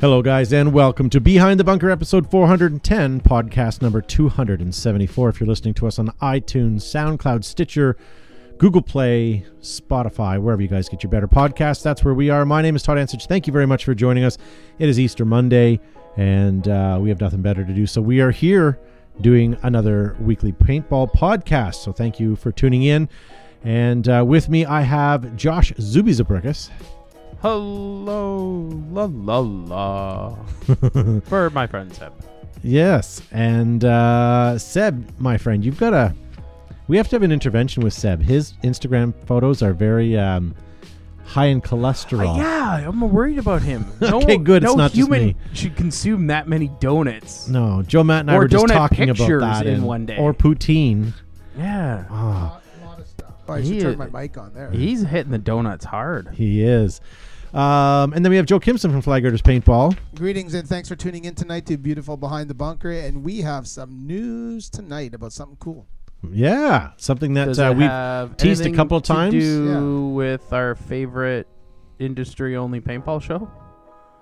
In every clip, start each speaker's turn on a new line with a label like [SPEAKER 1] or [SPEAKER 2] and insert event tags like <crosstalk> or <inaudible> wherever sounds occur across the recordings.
[SPEAKER 1] Hello, guys, and welcome to Behind the Bunker, episode 410, podcast number 274. If you're listening to us on iTunes, SoundCloud, Stitcher, Google Play, Spotify, wherever you guys get your better podcasts, that's where we are. My name is Todd Ansich. Thank you very much for joining us. It is Easter Monday, and uh, we have nothing better to do, so we are here doing another weekly paintball podcast. So thank you for tuning in. And uh, with me, I have Josh Zubizabrickus.
[SPEAKER 2] Hello, la
[SPEAKER 1] <laughs>
[SPEAKER 2] la la. For my friend Seb.
[SPEAKER 1] Yes, and uh, Seb, my friend, you've got a. We have to have an intervention with Seb. His Instagram photos are very um, high in
[SPEAKER 2] Oh,
[SPEAKER 1] cholesterol.
[SPEAKER 2] yeah, I'm worried about him.
[SPEAKER 1] Oh. <laughs> Okay, good, it's
[SPEAKER 2] No
[SPEAKER 1] not just
[SPEAKER 2] human
[SPEAKER 1] me.
[SPEAKER 2] should consume that many donuts.
[SPEAKER 1] No, Joe Matt and I
[SPEAKER 2] Or
[SPEAKER 1] were just
[SPEAKER 2] donut
[SPEAKER 1] talking about
[SPEAKER 2] pictures
[SPEAKER 1] that.
[SPEAKER 2] in
[SPEAKER 1] and-
[SPEAKER 2] one day.
[SPEAKER 1] Or poutine.
[SPEAKER 2] Yeah,
[SPEAKER 1] Ah,
[SPEAKER 3] Oh, I
[SPEAKER 2] He
[SPEAKER 3] should
[SPEAKER 2] is-
[SPEAKER 3] turn my mic on there.
[SPEAKER 2] he's hitting the donuts hard.
[SPEAKER 1] he is. Um, and then we have Joe Kimson from Flaggers Paintball.
[SPEAKER 3] Greetings and thanks for tuning in tonight to beautiful Behind the Bunker, and we have some news tonight about something cool.
[SPEAKER 1] Yeah, something that
[SPEAKER 2] Does
[SPEAKER 1] uh,
[SPEAKER 2] it
[SPEAKER 1] we've.
[SPEAKER 2] have
[SPEAKER 1] teased a
[SPEAKER 2] anything
[SPEAKER 1] couple
[SPEAKER 2] to
[SPEAKER 1] times?
[SPEAKER 2] do with our favorite industry-only paintball show?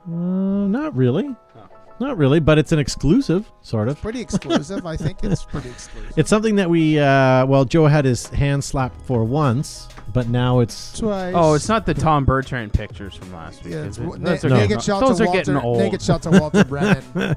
[SPEAKER 1] Uh, not really.
[SPEAKER 2] Oh.
[SPEAKER 1] Not really, but it's an exclusive, sort of.
[SPEAKER 3] Pretty exclusive, I think it's pretty exclusive.
[SPEAKER 1] It's something that we. Uh, well, Joe had his hand slapped for once, but now it's.
[SPEAKER 3] Twice.
[SPEAKER 2] Oh, it's not the Tom Bertrand pictures from last week.
[SPEAKER 3] Yeah,
[SPEAKER 2] is
[SPEAKER 3] it's
[SPEAKER 2] it?
[SPEAKER 3] wa-
[SPEAKER 2] Those
[SPEAKER 3] na-
[SPEAKER 2] are
[SPEAKER 3] naked
[SPEAKER 2] getting-
[SPEAKER 3] shots
[SPEAKER 2] those
[SPEAKER 3] of
[SPEAKER 2] are
[SPEAKER 3] Walter.
[SPEAKER 2] getting old.
[SPEAKER 3] Naked shots of
[SPEAKER 2] <laughs>
[SPEAKER 3] Walter Brennan, or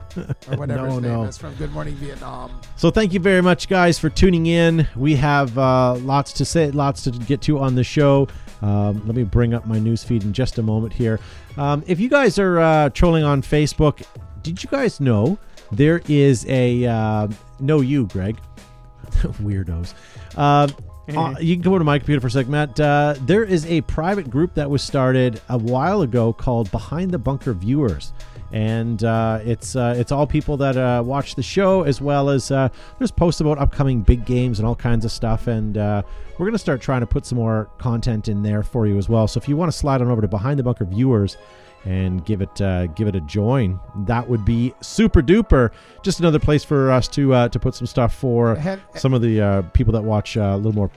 [SPEAKER 3] whatever
[SPEAKER 1] No,
[SPEAKER 3] his name
[SPEAKER 1] no.
[SPEAKER 3] is from Good Morning Vietnam.
[SPEAKER 1] So thank you very much, guys, for tuning in. We have uh, lots to say, lots to get to on the show. Um, let me bring up my news feed in just a moment here. Um, if you guys are uh, trolling on Facebook, did you guys know there is a uh, no you, Greg? <laughs> Weirdos. Uh, uh, you can go over to my computer for a second, Matt. Uh, there is a private group that was started a while ago called Behind the Bunker Viewers, and uh, it's uh, it's all people that uh, watch the show as well as uh, there's posts about upcoming big games and all kinds of stuff. And uh, we're gonna start trying to put some more content in there for you as well. So if you want to slide on over to Behind the Bunker Viewers and give it uh, give it a join, that would be super duper. Just another place for us to uh, to put some stuff for
[SPEAKER 3] Hen-
[SPEAKER 1] some of the uh, people that watch uh, a little more.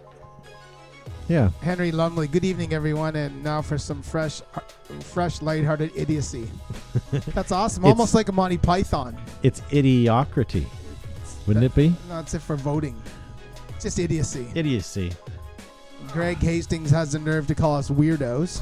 [SPEAKER 1] Yeah,
[SPEAKER 3] Henry Lumley. Good evening, everyone, and now for some fresh, uh, fresh, lighthearted
[SPEAKER 2] <laughs>
[SPEAKER 3] idiocy. That's awesome.
[SPEAKER 1] It's-
[SPEAKER 3] Almost like a Monty Python.
[SPEAKER 1] it's idiocracy, wouldn't it be?
[SPEAKER 3] No, That's it for voting. It's just idiocy.
[SPEAKER 1] Idiocy.
[SPEAKER 3] Greg Hastings has the nerve to call us weirdos.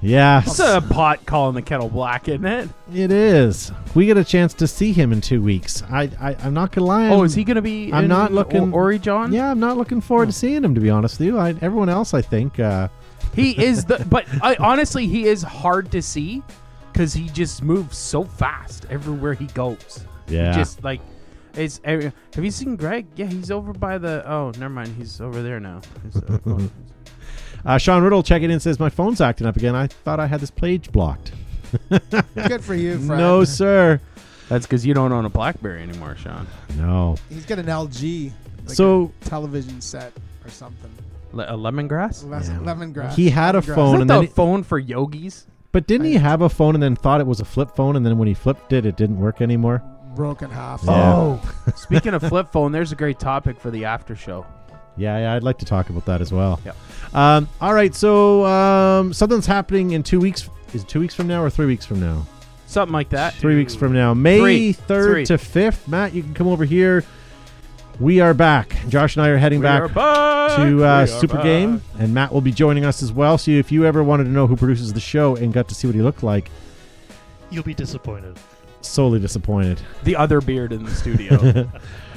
[SPEAKER 1] Yes,
[SPEAKER 2] It's a pot calling the kettle black, isn't it?
[SPEAKER 1] it is. We get a chance to see him in two weeks. I, I I'm not gonna lie.
[SPEAKER 2] oh,
[SPEAKER 1] I'm-
[SPEAKER 2] is he Oh. going to be?
[SPEAKER 1] I'm
[SPEAKER 2] in
[SPEAKER 1] not looking-
[SPEAKER 2] Or- Orijon?
[SPEAKER 1] Yeah, I'm not looking forward to seeing him. To be honest with you, I, everyone else, I think. Uh,
[SPEAKER 2] He is the, but I, honestly, he is hard to see because he just moves so fast everywhere he goes.
[SPEAKER 1] yeah.
[SPEAKER 2] Just like, it's. every- Have you seen Greg? Yeah, he's over by the. Oh, never mind. He's over there now.
[SPEAKER 1] <laughs>
[SPEAKER 2] He's, uh, oh.
[SPEAKER 1] Uh, Sean Riddle checking in says my phone's acting up again. I thought I had this page
[SPEAKER 2] <laughs>
[SPEAKER 1] blocked.
[SPEAKER 3] Good
[SPEAKER 1] <laughs>
[SPEAKER 3] for you, Fred.
[SPEAKER 1] No, sir.
[SPEAKER 2] That's because you don't own a BlackBerry anymore, Sean.
[SPEAKER 1] No.
[SPEAKER 3] He's got an LG. like
[SPEAKER 1] so
[SPEAKER 3] a television set or something.
[SPEAKER 2] Le- a lemongrass.
[SPEAKER 3] Les-
[SPEAKER 1] Yeah.
[SPEAKER 3] Lemongrass.
[SPEAKER 1] he had a
[SPEAKER 3] Lemongrass.
[SPEAKER 1] phone,
[SPEAKER 2] Is
[SPEAKER 1] and
[SPEAKER 2] that
[SPEAKER 1] then
[SPEAKER 2] the
[SPEAKER 1] he-
[SPEAKER 2] <laughs> phone for yogis?
[SPEAKER 1] But didn't he
[SPEAKER 3] I-
[SPEAKER 1] have a phone and then thought it was a flip phone, and then when he flipped it, it didn't work anymore?
[SPEAKER 3] Broken half.
[SPEAKER 1] Yeah.
[SPEAKER 2] Oh, speaking of flip phone, there's a great topic for the after show.
[SPEAKER 1] Yeah, yeah I'd like to talk about that as well.
[SPEAKER 2] Yep.
[SPEAKER 1] Um, all right, so um, something's happening in two weeks. Is it two weeks from now or three weeks from now?
[SPEAKER 2] Something like that.
[SPEAKER 1] Three weeks from now, May
[SPEAKER 2] Three.
[SPEAKER 1] third
[SPEAKER 2] Three.
[SPEAKER 1] to fifth. Matt, you can come over here. We are back. Josh and I are heading
[SPEAKER 2] We
[SPEAKER 1] back
[SPEAKER 2] are back.
[SPEAKER 1] to
[SPEAKER 2] We
[SPEAKER 1] uh,
[SPEAKER 2] are
[SPEAKER 1] Super
[SPEAKER 2] back.
[SPEAKER 1] Game, and Matt will be joining us as well. So if you ever wanted to know who produces the show and got to see what he looked like,
[SPEAKER 4] You'll be disappointed.
[SPEAKER 1] solely disappointed.
[SPEAKER 2] The other beard in the studio.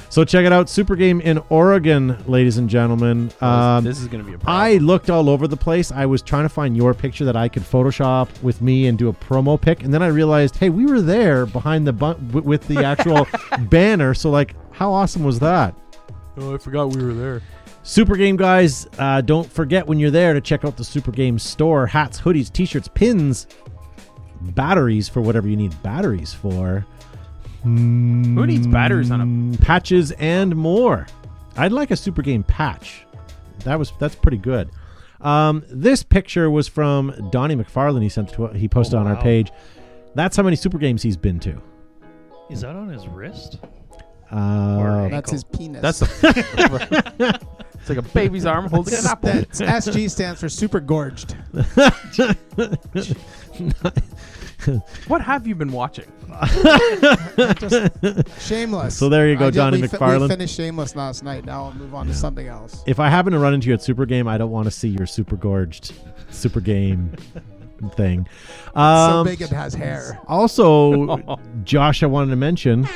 [SPEAKER 1] So check it out, Super Game in Oregon, ladies and gentlemen. <laughs> Um,
[SPEAKER 2] this is going to be a problem.
[SPEAKER 1] I looked all over the place. I was trying to find your picture that I could Photoshop with me and do a promo pic, and then I realized, hey, we were there behind the bu- w- with the actual banner. So like, how awesome was that?
[SPEAKER 2] Oh, I forgot we were there.
[SPEAKER 1] Super Game guys, uh, don't forget when you're there to check out the Super Game store: hats, hoodies, t-shirts, pins, batteries for whatever you need batteries for.
[SPEAKER 2] Who needs batteries on
[SPEAKER 1] Mm, patches and more. I'd like a super game patch. That was that's pretty good. Um, this picture was from Donnie McFarlane. He sent to he posted
[SPEAKER 4] Oh,
[SPEAKER 1] on our
[SPEAKER 4] wow.
[SPEAKER 1] page. That's how many super games he's been to.
[SPEAKER 4] Is that on his wrist?
[SPEAKER 1] Uh,
[SPEAKER 4] Right.
[SPEAKER 3] That's his penis.
[SPEAKER 2] a. it's like a baby's
[SPEAKER 5] <laughs>
[SPEAKER 2] arm holding an apple.
[SPEAKER 3] That's- SG stands for super gorged.
[SPEAKER 5] What have you been watching?
[SPEAKER 3] Shameless.
[SPEAKER 1] So there you go,
[SPEAKER 3] I did-
[SPEAKER 1] Johnny
[SPEAKER 3] we fi-
[SPEAKER 1] McFarlane.
[SPEAKER 3] we finished Shameless last night. Now I'll move on to something else.
[SPEAKER 1] if I happen to run into you at Super Game, I don't want to see your super gorged Super Game <laughs> thing.
[SPEAKER 3] so
[SPEAKER 1] Um,
[SPEAKER 3] big it has hair. <laughs>
[SPEAKER 1] also, Josh, I wanted to mention,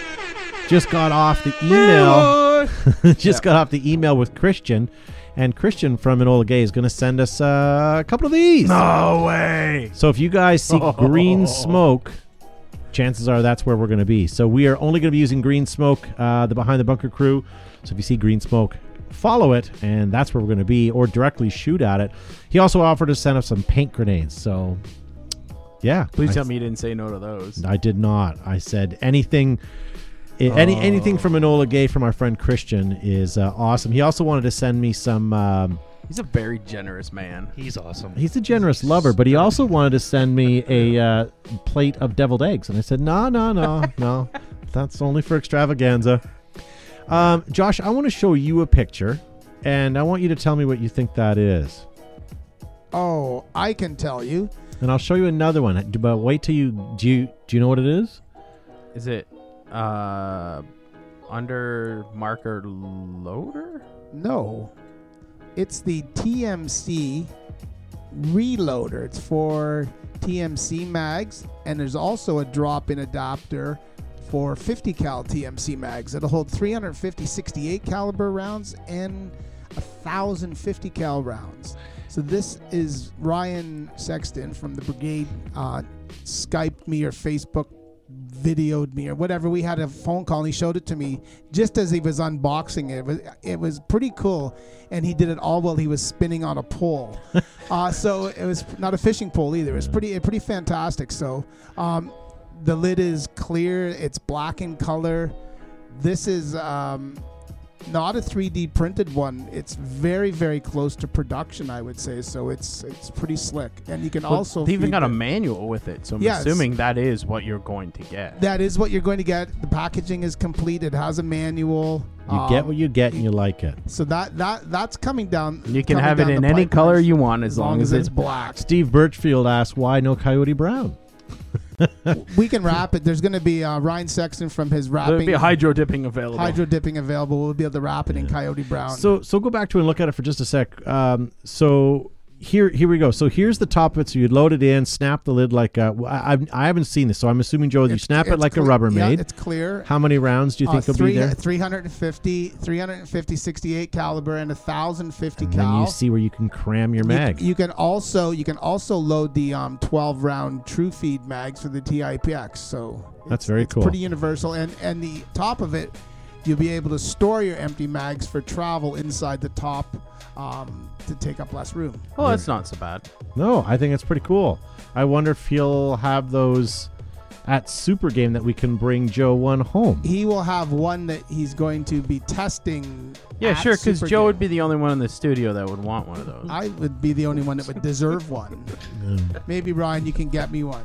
[SPEAKER 1] just got off the email. <laughs> just got off the email with Christian, and Christian from Enola Gay is going to send us uh, a couple of these.
[SPEAKER 5] No way.
[SPEAKER 1] So if you
[SPEAKER 5] <laughs>
[SPEAKER 1] guys see green smoke, chances are that's where we're going to be. So we are only going to be using green smoke, uh, the Behind the Bunker crew. So if you see green smoke, follow it, and that's where we're going to be, or directly shoot at it. He also offered to send us some paint grenades. So, yeah,
[SPEAKER 5] Please
[SPEAKER 1] I,
[SPEAKER 5] tell me you didn't say no to those.
[SPEAKER 1] I did not. I said anything. i- Any
[SPEAKER 5] Oh.
[SPEAKER 1] anything from Enola Gay from our friend Christian is uh, awesome. He also wanted to send me some. Um,
[SPEAKER 5] He's a very generous man.
[SPEAKER 4] He's awesome.
[SPEAKER 1] He's a generous lover, but he also wanted to send me <laughs> a uh, plate of deviled eggs, and I said, "No, no, no, no, that's only for extravaganza." Um, Josh, I want to show you a picture, and I want you to tell me what you think that is,
[SPEAKER 3] Oh, I can tell you.
[SPEAKER 1] and I'll show you another one. But wait till you do. You, do you know what it is?
[SPEAKER 5] Is it uh under marker loader?
[SPEAKER 3] No, it's the TMC reloader. It's for TMC mags, and there's also a drop-in adapter for 50 cal TMC mags. It'll hold 350 68 caliber rounds and 1,050 cal rounds. So this is Ryan Sexton from the brigade. Uh, Skyped me or Facebook videoed me or whatever. We had a phone call and he showed it to me just as he was unboxing it. It was, it was pretty cool. And he did it all while he was spinning on
[SPEAKER 5] <laughs>
[SPEAKER 3] a pole. uh, so it was not a fishing pole either. It was pretty, pretty fantastic. So um, the lid is clear, it's black in color. This is um, not a 3D printed one. It's very, very close to production, I would say. So it's it's pretty slick. And you can also
[SPEAKER 5] they even
[SPEAKER 3] feed
[SPEAKER 5] got a
[SPEAKER 3] the-
[SPEAKER 5] manual with it, so I'm
[SPEAKER 3] Yeah, it's-
[SPEAKER 5] assuming that is what you're going to get.
[SPEAKER 3] that is what you're going to get. The packaging is complete. It has a manual. Um,
[SPEAKER 1] You get what you get, and you like it.
[SPEAKER 3] So that that that's coming down.
[SPEAKER 5] you can
[SPEAKER 3] coming
[SPEAKER 5] have it
[SPEAKER 3] down
[SPEAKER 5] in
[SPEAKER 3] the
[SPEAKER 5] any
[SPEAKER 3] pipeline,
[SPEAKER 5] color you want as, long, as, it's
[SPEAKER 1] <laughs>
[SPEAKER 3] black.
[SPEAKER 1] Steve Birchfield asked, "Why no Coyote Brown?"
[SPEAKER 3] we can wrap it. There's going to be uh, Ryan Sexton from his
[SPEAKER 5] There'll
[SPEAKER 3] wrapping
[SPEAKER 5] be a hydro dipping available.
[SPEAKER 3] hydro dipping available. We'll be able to wrap it in Coyote Brown.
[SPEAKER 1] So so go back to it and look at it for just a sec. Um, so here here we go. So here's the top of it. So you load it in, snap the lid like a, I, I've- I haven't seen this, so I'm assuming Joe, you
[SPEAKER 3] It's-
[SPEAKER 1] snap it
[SPEAKER 3] it's
[SPEAKER 1] like a
[SPEAKER 3] cle-
[SPEAKER 1] Rubbermaid.
[SPEAKER 3] Yeah, it's clear.
[SPEAKER 1] How many rounds do you
[SPEAKER 3] Uh,
[SPEAKER 1] think will
[SPEAKER 3] three,
[SPEAKER 1] be there?
[SPEAKER 3] 350, 350, 68 caliber, and 1,050
[SPEAKER 1] And
[SPEAKER 3] cal.
[SPEAKER 1] then you see where you can cram your
[SPEAKER 3] You-
[SPEAKER 1] mag.
[SPEAKER 3] You, can also you can also load the um, 12 round True Feed mags for the TIPX. So
[SPEAKER 1] That's
[SPEAKER 3] it's-
[SPEAKER 1] very
[SPEAKER 3] it's
[SPEAKER 1] cool.
[SPEAKER 3] Pretty universal, and and the top of it, you'll be able to store your empty mags for travel inside the top um, to take up less room.
[SPEAKER 5] well, that's not so bad.
[SPEAKER 1] no, I think it's pretty cool. I wonder if he'll have those at Super Game that we can bring Joe one home.
[SPEAKER 3] He will have one that he's going to be testing.
[SPEAKER 5] Yeah,
[SPEAKER 3] at
[SPEAKER 5] sure, because
[SPEAKER 3] Super
[SPEAKER 5] Joe would
[SPEAKER 3] Game.
[SPEAKER 5] be the only one in the studio that would want one of those.
[SPEAKER 3] I would be the only one that would deserve one.
[SPEAKER 1] <laughs>
[SPEAKER 3] Maybe Ryan, you can get me one.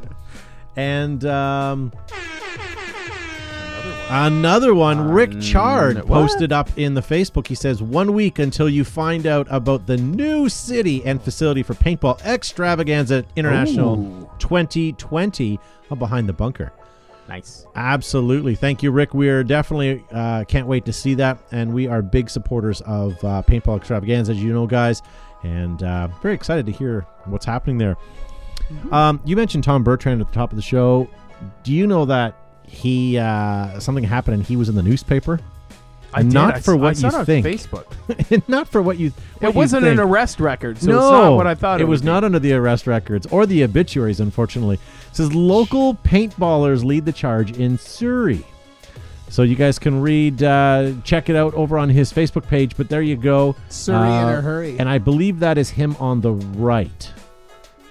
[SPEAKER 1] And um,
[SPEAKER 4] Another one.
[SPEAKER 1] Another one, Rick Chard
[SPEAKER 5] Mm, what?
[SPEAKER 1] posted up in the Facebook. He says, One week until you find out about the new city and facility for Paintball Extravaganza International
[SPEAKER 5] Ooh.
[SPEAKER 1] 2020 uh, behind the bunker.
[SPEAKER 5] nice.
[SPEAKER 1] Absolutely. Thank you, Rick. We're definitely uh, can't wait to see that. And we are big supporters of uh, Paintball Extravaganza, as you know, guys. And uh, very excited to hear what's happening there.
[SPEAKER 5] Mm-hmm.
[SPEAKER 1] Um, you mentioned Tom Bertrand at the top of the show. Do you know that he uh, something happened and he was in the newspaper? <laughs>
[SPEAKER 5] I did,
[SPEAKER 1] Not
[SPEAKER 5] I s-
[SPEAKER 1] for
[SPEAKER 5] I
[SPEAKER 1] what
[SPEAKER 5] saw
[SPEAKER 1] you
[SPEAKER 5] it on
[SPEAKER 1] think.
[SPEAKER 5] Facebook.
[SPEAKER 1] Not for what you. what
[SPEAKER 5] it
[SPEAKER 1] you
[SPEAKER 5] wasn't
[SPEAKER 1] think.
[SPEAKER 5] an arrest record, so
[SPEAKER 1] no,
[SPEAKER 5] it's not what I thought it,
[SPEAKER 1] It was
[SPEAKER 5] would be.
[SPEAKER 1] not under the arrest records or the obituaries, unfortunately. It says local paintballers lead the charge in Surrey. So you guys can read, uh, check it out over on his Facebook page. But there you go.
[SPEAKER 3] Surrey in
[SPEAKER 1] Uh,
[SPEAKER 3] a hurry.
[SPEAKER 1] And I believe that is him on the right,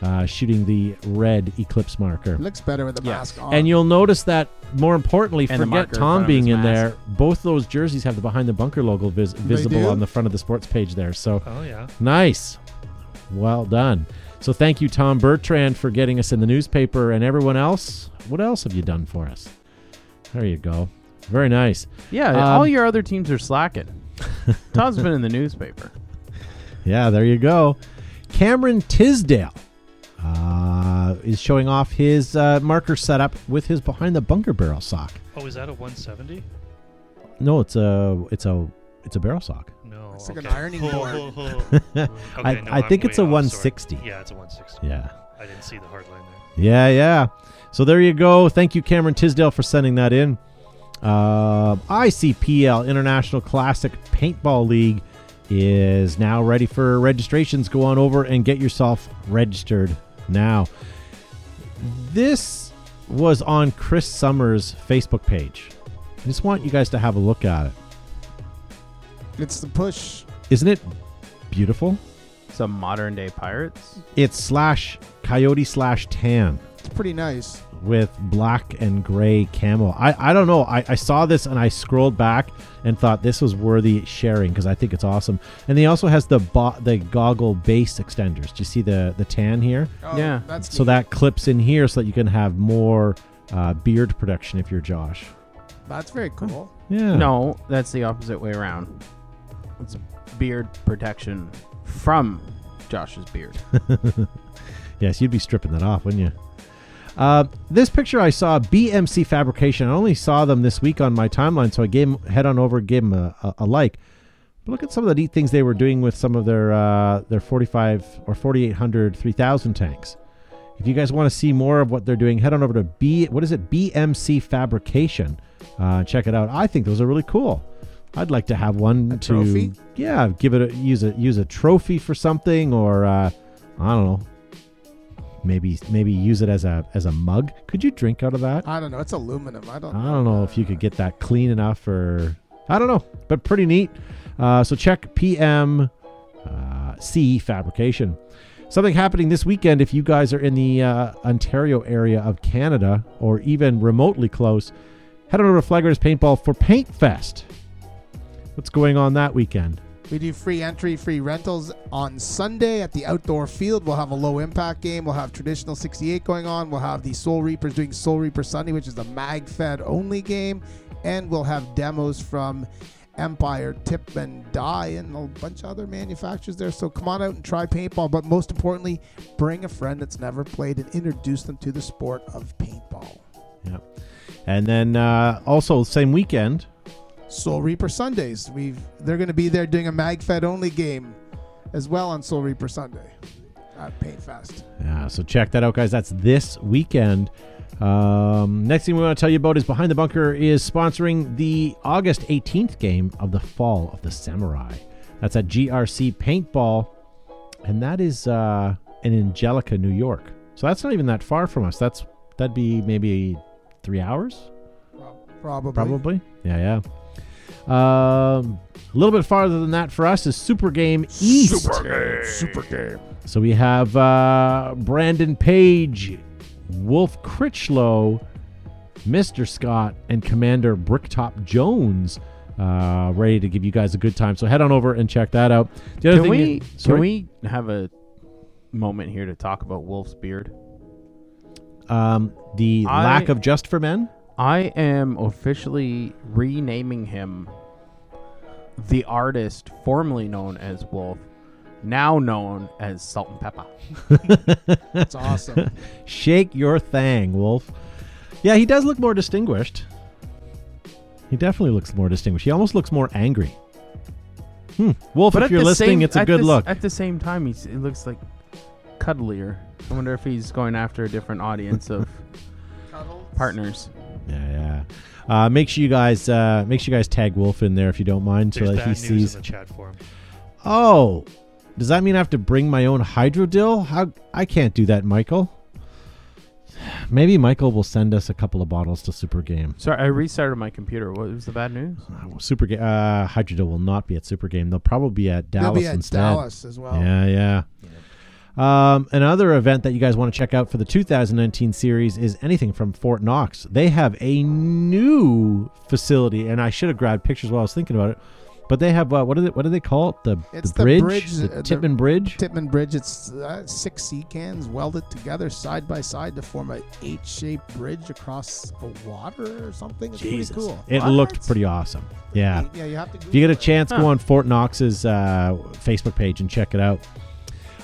[SPEAKER 1] uh, shooting the red eclipse marker.
[SPEAKER 3] Looks better with the
[SPEAKER 5] Yeah.
[SPEAKER 3] mask on.
[SPEAKER 1] And you'll notice that, more importantly,
[SPEAKER 5] And the
[SPEAKER 1] forget
[SPEAKER 5] marker in front
[SPEAKER 1] Tom
[SPEAKER 5] of
[SPEAKER 1] being
[SPEAKER 5] his
[SPEAKER 1] in
[SPEAKER 5] mask.
[SPEAKER 1] there. Both those jerseys have the behind the bunker logo vis- visible
[SPEAKER 3] do?
[SPEAKER 1] on the front of the sports page there. So
[SPEAKER 4] Oh yeah.
[SPEAKER 1] nice. Well done. So thank you, Tom Bertrand, for getting us in the newspaper and everyone else. What else have you done for us? There you go. Very nice.
[SPEAKER 5] Yeah,
[SPEAKER 1] Um,
[SPEAKER 5] all your other teams are
[SPEAKER 1] <laughs>
[SPEAKER 5] slacking. Tom's been in the newspaper.
[SPEAKER 1] Yeah, there you go. Cameron Tisdale. Uh, uh, is showing off his uh, marker setup with his behind the bunker barrel sock.
[SPEAKER 4] Oh, is that a 170?
[SPEAKER 1] No, it's a it's a it's a barrel sock.
[SPEAKER 4] No.
[SPEAKER 3] Looks like an
[SPEAKER 4] okay.
[SPEAKER 3] ironing
[SPEAKER 4] <laughs> Ho,
[SPEAKER 3] board.
[SPEAKER 4] ho, ho.
[SPEAKER 1] <laughs> I,
[SPEAKER 4] Okay, no,
[SPEAKER 1] I
[SPEAKER 4] I'm
[SPEAKER 1] think it's a
[SPEAKER 4] way off, sorry.
[SPEAKER 1] 160.
[SPEAKER 4] Yeah, it's a 160.
[SPEAKER 1] Yeah.
[SPEAKER 4] I didn't see the hard line there.
[SPEAKER 1] Yeah, yeah. So there you go. Thank you, Cameron Tisdale, for sending that in. Uh, ICPL International Classic Paintball League is now ready for registrations. Go on over and get yourself registered now. This was on Chris Summers' Facebook page. I just want you guys to have a look at it.
[SPEAKER 3] It's the push.
[SPEAKER 1] Isn't it beautiful?
[SPEAKER 2] Some modern day pirates.
[SPEAKER 1] It's slash coyote slash tan.
[SPEAKER 3] It's pretty nice.
[SPEAKER 1] with black and gray camel. I, I don't know. I, I saw this and I scrolled back and thought this was worthy sharing because I think it's awesome. And he also has the bo- the goggle base extenders. Do you see the the tan here?
[SPEAKER 3] Oh,
[SPEAKER 2] Yeah.
[SPEAKER 3] That's
[SPEAKER 1] So
[SPEAKER 3] neat.
[SPEAKER 1] that clips in here so that you can have more uh, beard production if you're Josh.
[SPEAKER 3] that's very cool.
[SPEAKER 1] Yeah.
[SPEAKER 2] No, that's the opposite way around. It's beard protection from Josh's beard.
[SPEAKER 1] Yes, you'd be stripping that off, wouldn't you? Uh, this picture I saw BMC Fabrication. I only saw them this week on my timeline, so I gave 'em- head on over, gave them a, a, a like. But look at some of the neat things they were doing with some of their uh, their 45 or 4800 3000 tanks. If you guys want to see more of what they're doing, head on over to B. What is it? BMC Fabrication. Uh, check it out. I think those are really cool. I'd like to have one
[SPEAKER 3] A
[SPEAKER 1] to
[SPEAKER 3] trophy?
[SPEAKER 1] yeah, give it a, use a use a trophy for something or uh, I don't know. Maybe maybe use it as a as a mug. Could you drink out of that?
[SPEAKER 3] I don't know. It's aluminum. I don't.
[SPEAKER 1] I don't know if you could get that clean enough or I don't know, but pretty neat. Uh, so check PM uh, C fabrication. Something happening this weekend if you guys are in the uh, Ontario area of Canada or even remotely close, head on over to Flaggers Paintball for Paint Fest. What's going on that weekend?
[SPEAKER 3] We do free entry, free rentals on Sunday at the outdoor field. We'll have a low impact game. We'll have traditional 68 going on. We'll have the Soul Reapers doing Soul Reaper Sunday, which is the mag fed only game. And we'll have demos from Empire, Tip and Die, and a bunch of other manufacturers there. So come on out and try paintball. But most importantly, bring a friend that's never played and introduce them to the sport of paintball.
[SPEAKER 1] Yeah. And then uh, also same weekend,
[SPEAKER 3] Soul Reaper Sundays. We've they're going to be there doing a MagFed only game as well on Soul Reaper Sunday Uh, at Paint Fest.
[SPEAKER 1] Yeah, so check that out, guys. That's this weekend. Um, next thing we want to tell you about is Behind the Bunker is sponsoring the August 18th game of the Fall of the Samurai. That's at GRC Paintball, and that is uh, in Angelica, New York. So that's not even that far from us. That's that'd be maybe three hours.
[SPEAKER 3] Probably.
[SPEAKER 1] Probably. Yeah, yeah. Um, a little bit farther than that for us is Super Game East. Super Game. So we have uh, Brandon Page, Wolf Critchlow, Mr. Scott, and Commander Bricktop Jones uh, ready to give you guys a good time. So head on over and check that out. The other thing
[SPEAKER 2] Can we can
[SPEAKER 1] sorry?
[SPEAKER 2] we have a moment here to talk about Wolf's beard?
[SPEAKER 1] um, the
[SPEAKER 2] I-
[SPEAKER 1] lack of Just for Men?
[SPEAKER 2] I am officially renaming him the artist formerly known as Wolf, now known as Salt and Pepper.
[SPEAKER 1] <laughs>
[SPEAKER 3] That's awesome.
[SPEAKER 1] Shake your thang, Wolf. Yeah, he does look more distinguished. He definitely looks more distinguished. He almost looks more angry. Hmm. Wolf, if you're listening, it's a
[SPEAKER 2] at
[SPEAKER 1] good
[SPEAKER 2] the s-
[SPEAKER 1] look.
[SPEAKER 2] At the same time, he's, it looks like cuddlier. I wonder if he's going after a different audience of partners.
[SPEAKER 1] yeah, yeah. Uh, make sure you guys uh, make sure you guys tag Wolf in there if you don't mind, so
[SPEAKER 4] There's
[SPEAKER 1] that
[SPEAKER 4] bad
[SPEAKER 1] he
[SPEAKER 4] news
[SPEAKER 1] sees.
[SPEAKER 4] in the chat forum.
[SPEAKER 1] Oh, does that mean I have to bring my own hydrodil? How I can't do that, Michael. <sighs> Maybe Michael will send us a couple of bottles to Super Game.
[SPEAKER 2] Sorry, I restarted my computer. What was the bad news?
[SPEAKER 1] Super Game uh, Hydrodil will not be at Super Game. They'll probably be at Dallas
[SPEAKER 3] They'll be at
[SPEAKER 1] instead.
[SPEAKER 3] Dallas as well.
[SPEAKER 1] Yeah, yeah. Um, another event that you guys want to check out for the 2019 series is anything from Fort Knox. They have a new facility, and I should have grabbed pictures while I was thinking about it. But they have uh, what do they what do they call it? The,
[SPEAKER 3] It's
[SPEAKER 1] the
[SPEAKER 3] the
[SPEAKER 1] bridge,
[SPEAKER 3] bridge,
[SPEAKER 1] the
[SPEAKER 3] uh, the-
[SPEAKER 1] Tippman Bridge.
[SPEAKER 3] Titman Bridge, it's uh, six sea cans welded together side by side to form a H-shaped bridge across a water or something. It's
[SPEAKER 1] Jesus,
[SPEAKER 3] pretty cool.
[SPEAKER 1] it
[SPEAKER 2] What?
[SPEAKER 1] looked pretty awesome. Yeah,
[SPEAKER 3] Yeah, you have to.
[SPEAKER 1] If you get
[SPEAKER 3] Google
[SPEAKER 1] a
[SPEAKER 3] it.
[SPEAKER 1] chance,
[SPEAKER 2] Huh.
[SPEAKER 1] go on Fort Knox's uh, Facebook page and check it out.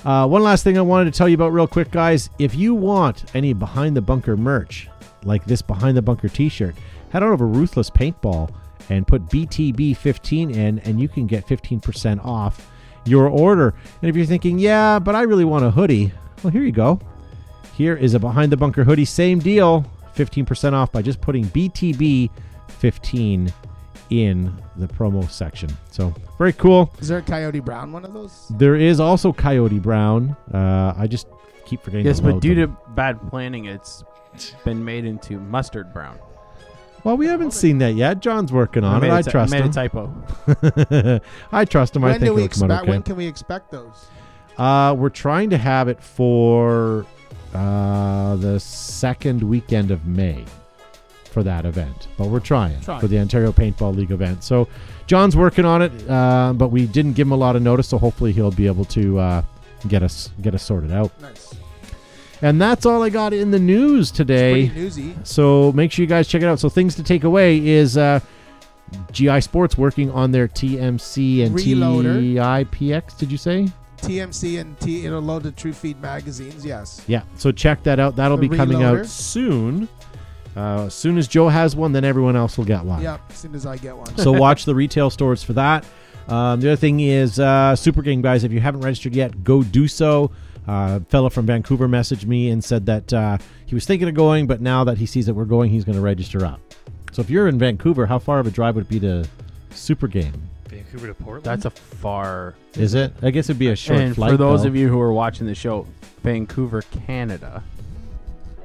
[SPEAKER 1] Uh, one last thing I wanted to tell you about, real quick, guys. If you want any Behind the Bunker merch, like this Behind the Bunker t shirt, head on over to Ruthless Paintball and put BTB15 in, and you can get 15% off your order. And if you're thinking, yeah, but I really want a hoodie, well, here you go. Here is a Behind the Bunker hoodie. Same deal, 15% off by just putting BTB15 in the promo section. So, very cool.
[SPEAKER 3] Is there a Coyote Brown one of those?
[SPEAKER 1] There is also Coyote Brown. Uh, I just keep forgetting.
[SPEAKER 2] Yes,
[SPEAKER 1] to
[SPEAKER 2] but
[SPEAKER 1] load
[SPEAKER 2] due to
[SPEAKER 1] them.
[SPEAKER 2] bad planning, it's been made into mustard brown.
[SPEAKER 1] well, we haven't seen that yet. John's working on
[SPEAKER 2] made
[SPEAKER 1] it.
[SPEAKER 2] a
[SPEAKER 1] I
[SPEAKER 2] ty-
[SPEAKER 1] trust
[SPEAKER 2] made
[SPEAKER 1] him.
[SPEAKER 2] a typo.
[SPEAKER 1] <laughs> I trust him. I
[SPEAKER 3] when
[SPEAKER 1] think
[SPEAKER 3] do we
[SPEAKER 1] it'll come out
[SPEAKER 3] expect?
[SPEAKER 1] okay.
[SPEAKER 3] When can we expect those?
[SPEAKER 1] Uh, we're trying to have it for uh, the second weekend of May for that event, but we're trying
[SPEAKER 3] Trying.
[SPEAKER 1] for the Ontario Paintball League event. So John's working on it, uh, but we didn't give him a lot of notice, so hopefully he'll be able to uh, get us get us sorted out.
[SPEAKER 3] Nice.
[SPEAKER 1] And that's all I got in the news today.
[SPEAKER 3] Pretty newsy.
[SPEAKER 1] So make sure you guys check it out. So things to take away is uh, GI Sports working on their TMC and
[SPEAKER 3] Reloader.
[SPEAKER 1] TIPX. Did you say?
[SPEAKER 3] TMC and T. It'll load the True Feed magazines. Yes.
[SPEAKER 1] Yeah. So check that out. That'll
[SPEAKER 3] The
[SPEAKER 1] be coming out
[SPEAKER 3] Reloader.
[SPEAKER 1] soon. Uh, as soon as Joe has one, then everyone else will get one.
[SPEAKER 3] Yep. As soon as I
[SPEAKER 1] <laughs>
[SPEAKER 3] get one.
[SPEAKER 1] so watch the retail stores for that. Um, the other thing is uh, Super Game, guys. If you haven't registered yet, go do so. Uh, fella from Vancouver messaged me and said that uh, he was thinking of going, but now that he sees that we're going, he's going to register up. So if you're in Vancouver, how far of a drive would it be to Super Game?
[SPEAKER 4] Vancouver to Portland.
[SPEAKER 2] That's a far.
[SPEAKER 1] Is it? I guess it'd be a short
[SPEAKER 2] and
[SPEAKER 1] flight.
[SPEAKER 2] for those
[SPEAKER 1] though.
[SPEAKER 2] of you who are watching the show, Vancouver, Canada.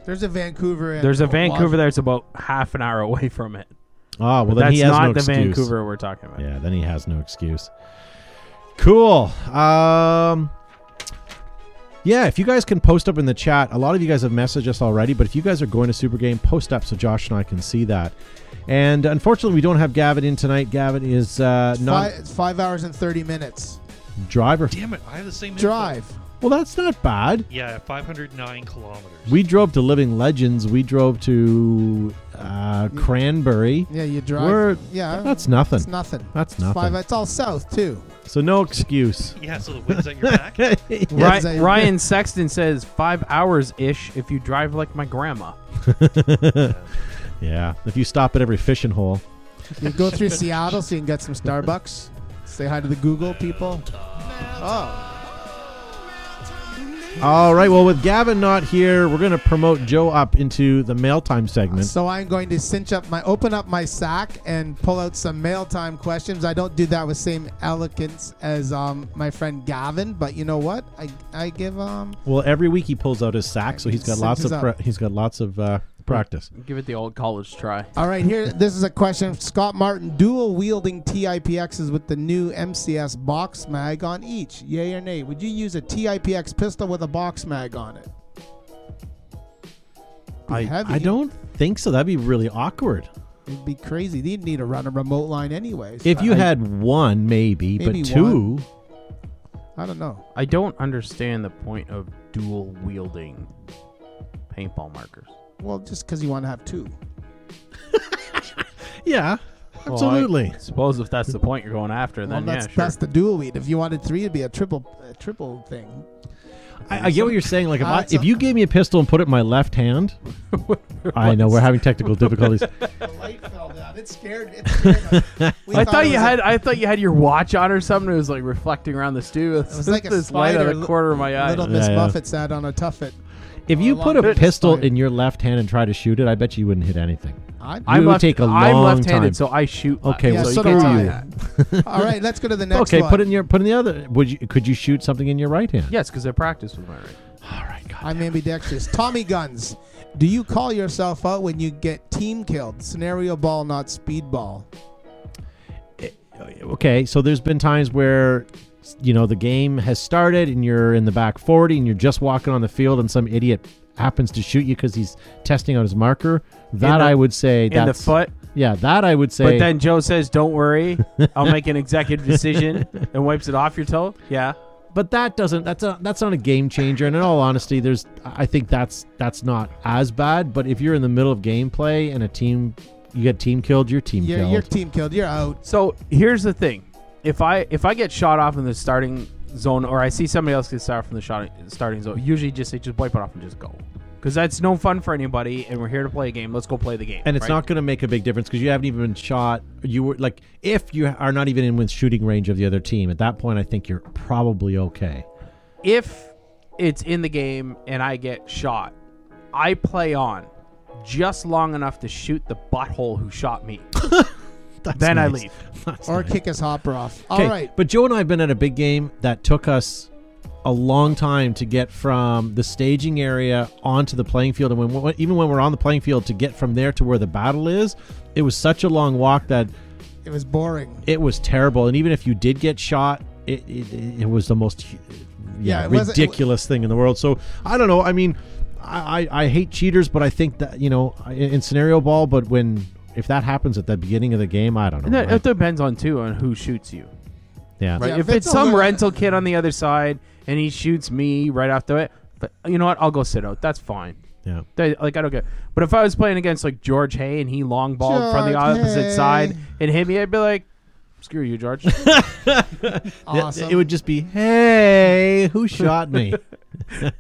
[SPEAKER 3] There's a Vancouver. And
[SPEAKER 2] There's a
[SPEAKER 3] Wa-
[SPEAKER 2] Vancouver that's about half an hour away from it.
[SPEAKER 1] ah, well
[SPEAKER 2] that's
[SPEAKER 1] then he has
[SPEAKER 2] not
[SPEAKER 1] no
[SPEAKER 2] the
[SPEAKER 1] excuse.
[SPEAKER 2] Vancouver we're talking about.
[SPEAKER 1] Yeah, then he has no excuse. Cool. Um Yeah, if you guys can post up in the chat, a lot of you guys have messaged us already, but if you guys are going to Super Game, post up so Josh and I can see that. And unfortunately, we don't have Gavin in tonight. Gavin is uh, not
[SPEAKER 3] Five, it's five hours and thirty minutes
[SPEAKER 1] driver.
[SPEAKER 4] Damn it! I have the same info.
[SPEAKER 3] drive.
[SPEAKER 1] Well, that's not bad.
[SPEAKER 4] Yeah, 509 kilometers.
[SPEAKER 1] We drove to Living Legends. We drove to uh, Cranberry.
[SPEAKER 3] Yeah, you drive.
[SPEAKER 1] We're-
[SPEAKER 3] yeah.
[SPEAKER 1] That's nothing.
[SPEAKER 3] Mm. It's nothing.
[SPEAKER 1] That's
[SPEAKER 3] It's Five.
[SPEAKER 1] nothing.
[SPEAKER 3] It's all south too.
[SPEAKER 1] So no excuse.
[SPEAKER 4] yeah, so the wind's at your
[SPEAKER 1] <laughs>
[SPEAKER 4] back.
[SPEAKER 2] Ry-
[SPEAKER 3] Yes, I-
[SPEAKER 2] Ryan Sexton says five hours ish if you drive like my grandma.
[SPEAKER 1] yeah, if you stop at every fishing hole.
[SPEAKER 3] You go through Seattle so you can get some Starbucks. Say hi to the Google people. Oh,
[SPEAKER 1] All right. Well, with Gavin not here, we're going to promote Joe up into the mail time segment.
[SPEAKER 3] so I'm going to cinch up my, open up my sack and pull out some mail time questions. I don't do that with same elegance as um my friend Gavin, but you know what? I I give um
[SPEAKER 1] Well, every week he pulls out his sack, so he's got lots of
[SPEAKER 3] Cinches
[SPEAKER 1] pre-
[SPEAKER 3] up.
[SPEAKER 1] he's got lots of uh, practice.
[SPEAKER 2] Give it the old college try.
[SPEAKER 3] All right, here. This is a question. Scott Martin, dual wielding TIPXs with the new MCS box mag on each. Yay or nay? Would you use a TIPX pistol with a box mag on it? Be
[SPEAKER 1] I,
[SPEAKER 3] heavy.
[SPEAKER 1] I don't think so. That'd be really awkward.
[SPEAKER 3] It'd be crazy. You'd need to run a remote line anyways.
[SPEAKER 1] If you
[SPEAKER 2] I-
[SPEAKER 1] had one, maybe,
[SPEAKER 3] Maybe
[SPEAKER 1] but two.
[SPEAKER 3] I don't know.
[SPEAKER 2] I don't understand the point of dual wielding paintball markers.
[SPEAKER 3] Well, just because you want to have two.
[SPEAKER 1] Yeah,
[SPEAKER 2] Well, I
[SPEAKER 1] absolutely.
[SPEAKER 2] suppose if that's the point you're going after,
[SPEAKER 3] Well,
[SPEAKER 2] then
[SPEAKER 3] that's
[SPEAKER 2] yeah, sure.
[SPEAKER 3] that's the dual weed. If you wanted three, it'd be a triple a triple thing.
[SPEAKER 1] I, I get what you're saying. Like if,
[SPEAKER 3] Uh,
[SPEAKER 1] I,
[SPEAKER 3] it's
[SPEAKER 1] if
[SPEAKER 3] a-
[SPEAKER 1] you gave me a pistol and put it in my left hand, I know we're having technical difficulties.
[SPEAKER 3] The light fell down. It scared. It scared
[SPEAKER 1] <laughs>
[SPEAKER 3] us. We
[SPEAKER 2] I
[SPEAKER 3] it
[SPEAKER 2] thought you
[SPEAKER 3] was
[SPEAKER 2] had
[SPEAKER 3] a
[SPEAKER 2] I thought you had your watch on or something. It was like reflecting around the stew. It
[SPEAKER 3] was like
[SPEAKER 2] <laughs>
[SPEAKER 3] a
[SPEAKER 2] this light out
[SPEAKER 3] spider,
[SPEAKER 2] of the corner of my eye.
[SPEAKER 3] little Miss
[SPEAKER 1] Yeah, yeah.
[SPEAKER 3] Buffett sat on a tuffet.
[SPEAKER 1] If you put
[SPEAKER 3] along
[SPEAKER 1] a
[SPEAKER 3] with the
[SPEAKER 1] pistol
[SPEAKER 3] spine.
[SPEAKER 1] in your left hand and try to shoot it, I bet you wouldn't hit anything.
[SPEAKER 3] I
[SPEAKER 1] I-
[SPEAKER 2] I'm
[SPEAKER 1] would
[SPEAKER 2] left,
[SPEAKER 1] take a
[SPEAKER 2] I'm
[SPEAKER 1] long
[SPEAKER 2] left-handed,
[SPEAKER 1] time.
[SPEAKER 2] so I shoot.
[SPEAKER 1] Okay,
[SPEAKER 2] left,
[SPEAKER 1] well,
[SPEAKER 2] so
[SPEAKER 3] so do
[SPEAKER 2] can't
[SPEAKER 3] I.
[SPEAKER 2] do
[SPEAKER 1] you.
[SPEAKER 2] that.
[SPEAKER 3] All right, let's go to the next
[SPEAKER 1] okay,
[SPEAKER 3] one.
[SPEAKER 1] put it in your put in the other. Would you could you shoot something in your right hand?
[SPEAKER 2] Yes, because I practiced with my right.
[SPEAKER 1] All right, God.
[SPEAKER 3] I'm ambidextrous. Tommy guns. Do you call yourself out when you get team killed? Scenario ball, not speed ball.
[SPEAKER 1] okay, so there's been times where you know the game has started and you're in the back 40 and you're just walking on the field and some idiot happens to shoot you because he's testing out his marker. That
[SPEAKER 2] the-
[SPEAKER 1] I would say
[SPEAKER 2] In the
[SPEAKER 1] that's
[SPEAKER 2] foot,
[SPEAKER 1] yeah, that I would say.
[SPEAKER 2] but then Joe says, "Don't worry, I'll make an
[SPEAKER 1] <laughs>
[SPEAKER 2] executive decision," and wipes it off your toe. Yeah,
[SPEAKER 1] but that doesn't that's not that's not a game changer. And in all honesty, there's I think that's that's not as bad. But if you're in the middle of gameplay and a team you get team killed, you're team
[SPEAKER 3] You're,
[SPEAKER 1] killed.
[SPEAKER 3] you're team killed. You're out.
[SPEAKER 2] So here's the thing: if I if I get shot off in the starting zone or I see somebody else get started from the shot, starting zone, usually just say just wipe it off and just go. Because that's no fun for anybody, and we're here to play a game. Let's go play the game.
[SPEAKER 1] And it's
[SPEAKER 2] right?
[SPEAKER 1] not going to make a big difference because you haven't even been shot. You were like, if you are not even in with shooting range of the other team, at that point, I think you're probably okay.
[SPEAKER 2] if it's in the game and I get shot, I play on just long enough to shoot the butthole who shot me.
[SPEAKER 1] <laughs> That's
[SPEAKER 2] Then I
[SPEAKER 1] nice.
[SPEAKER 2] leave.
[SPEAKER 1] <laughs> That's
[SPEAKER 3] or
[SPEAKER 1] nice.
[SPEAKER 3] kick his hopper off. All
[SPEAKER 1] Okay,
[SPEAKER 3] right.
[SPEAKER 1] But Joe and I have been at a big game that took us a long time to get from the staging area onto the playing field. And when, when, even when we're on the playing field, to get from there to where the battle is, it was such a long walk that
[SPEAKER 3] It was boring.
[SPEAKER 1] it was terrible. And even if you did get shot, it, it, it- it was the most hu- yeah,
[SPEAKER 3] Yeah, it wasn't-
[SPEAKER 1] ridiculous thing in the world. So I don't know. I mean, I, I, I hate cheaters, but I think that, you know, in, in scenario ball, but when. If that happens at the beginning of the game, I don't know.
[SPEAKER 2] And that,
[SPEAKER 1] right?
[SPEAKER 2] it depends on too on who shoots you.
[SPEAKER 1] yeah.
[SPEAKER 2] Right?
[SPEAKER 3] Yeah,
[SPEAKER 2] if
[SPEAKER 3] if
[SPEAKER 2] it's
[SPEAKER 3] it's a
[SPEAKER 2] some
[SPEAKER 3] li-
[SPEAKER 2] rental kid on the other side and he shoots me right after it, but you know what? I'll go sit out. That's fine.
[SPEAKER 1] Yeah.
[SPEAKER 2] They- like I don't care. But if I was playing against like George Hay and he long balled from the
[SPEAKER 3] George
[SPEAKER 2] opposite
[SPEAKER 3] Hay.
[SPEAKER 2] side and hit me, I'd be like, "Screw you,
[SPEAKER 3] <laughs>
[SPEAKER 2] George."
[SPEAKER 1] Th-
[SPEAKER 3] Awesome.
[SPEAKER 1] It would just be, hey, who shot
[SPEAKER 3] <laughs>
[SPEAKER 1] me?
[SPEAKER 3] All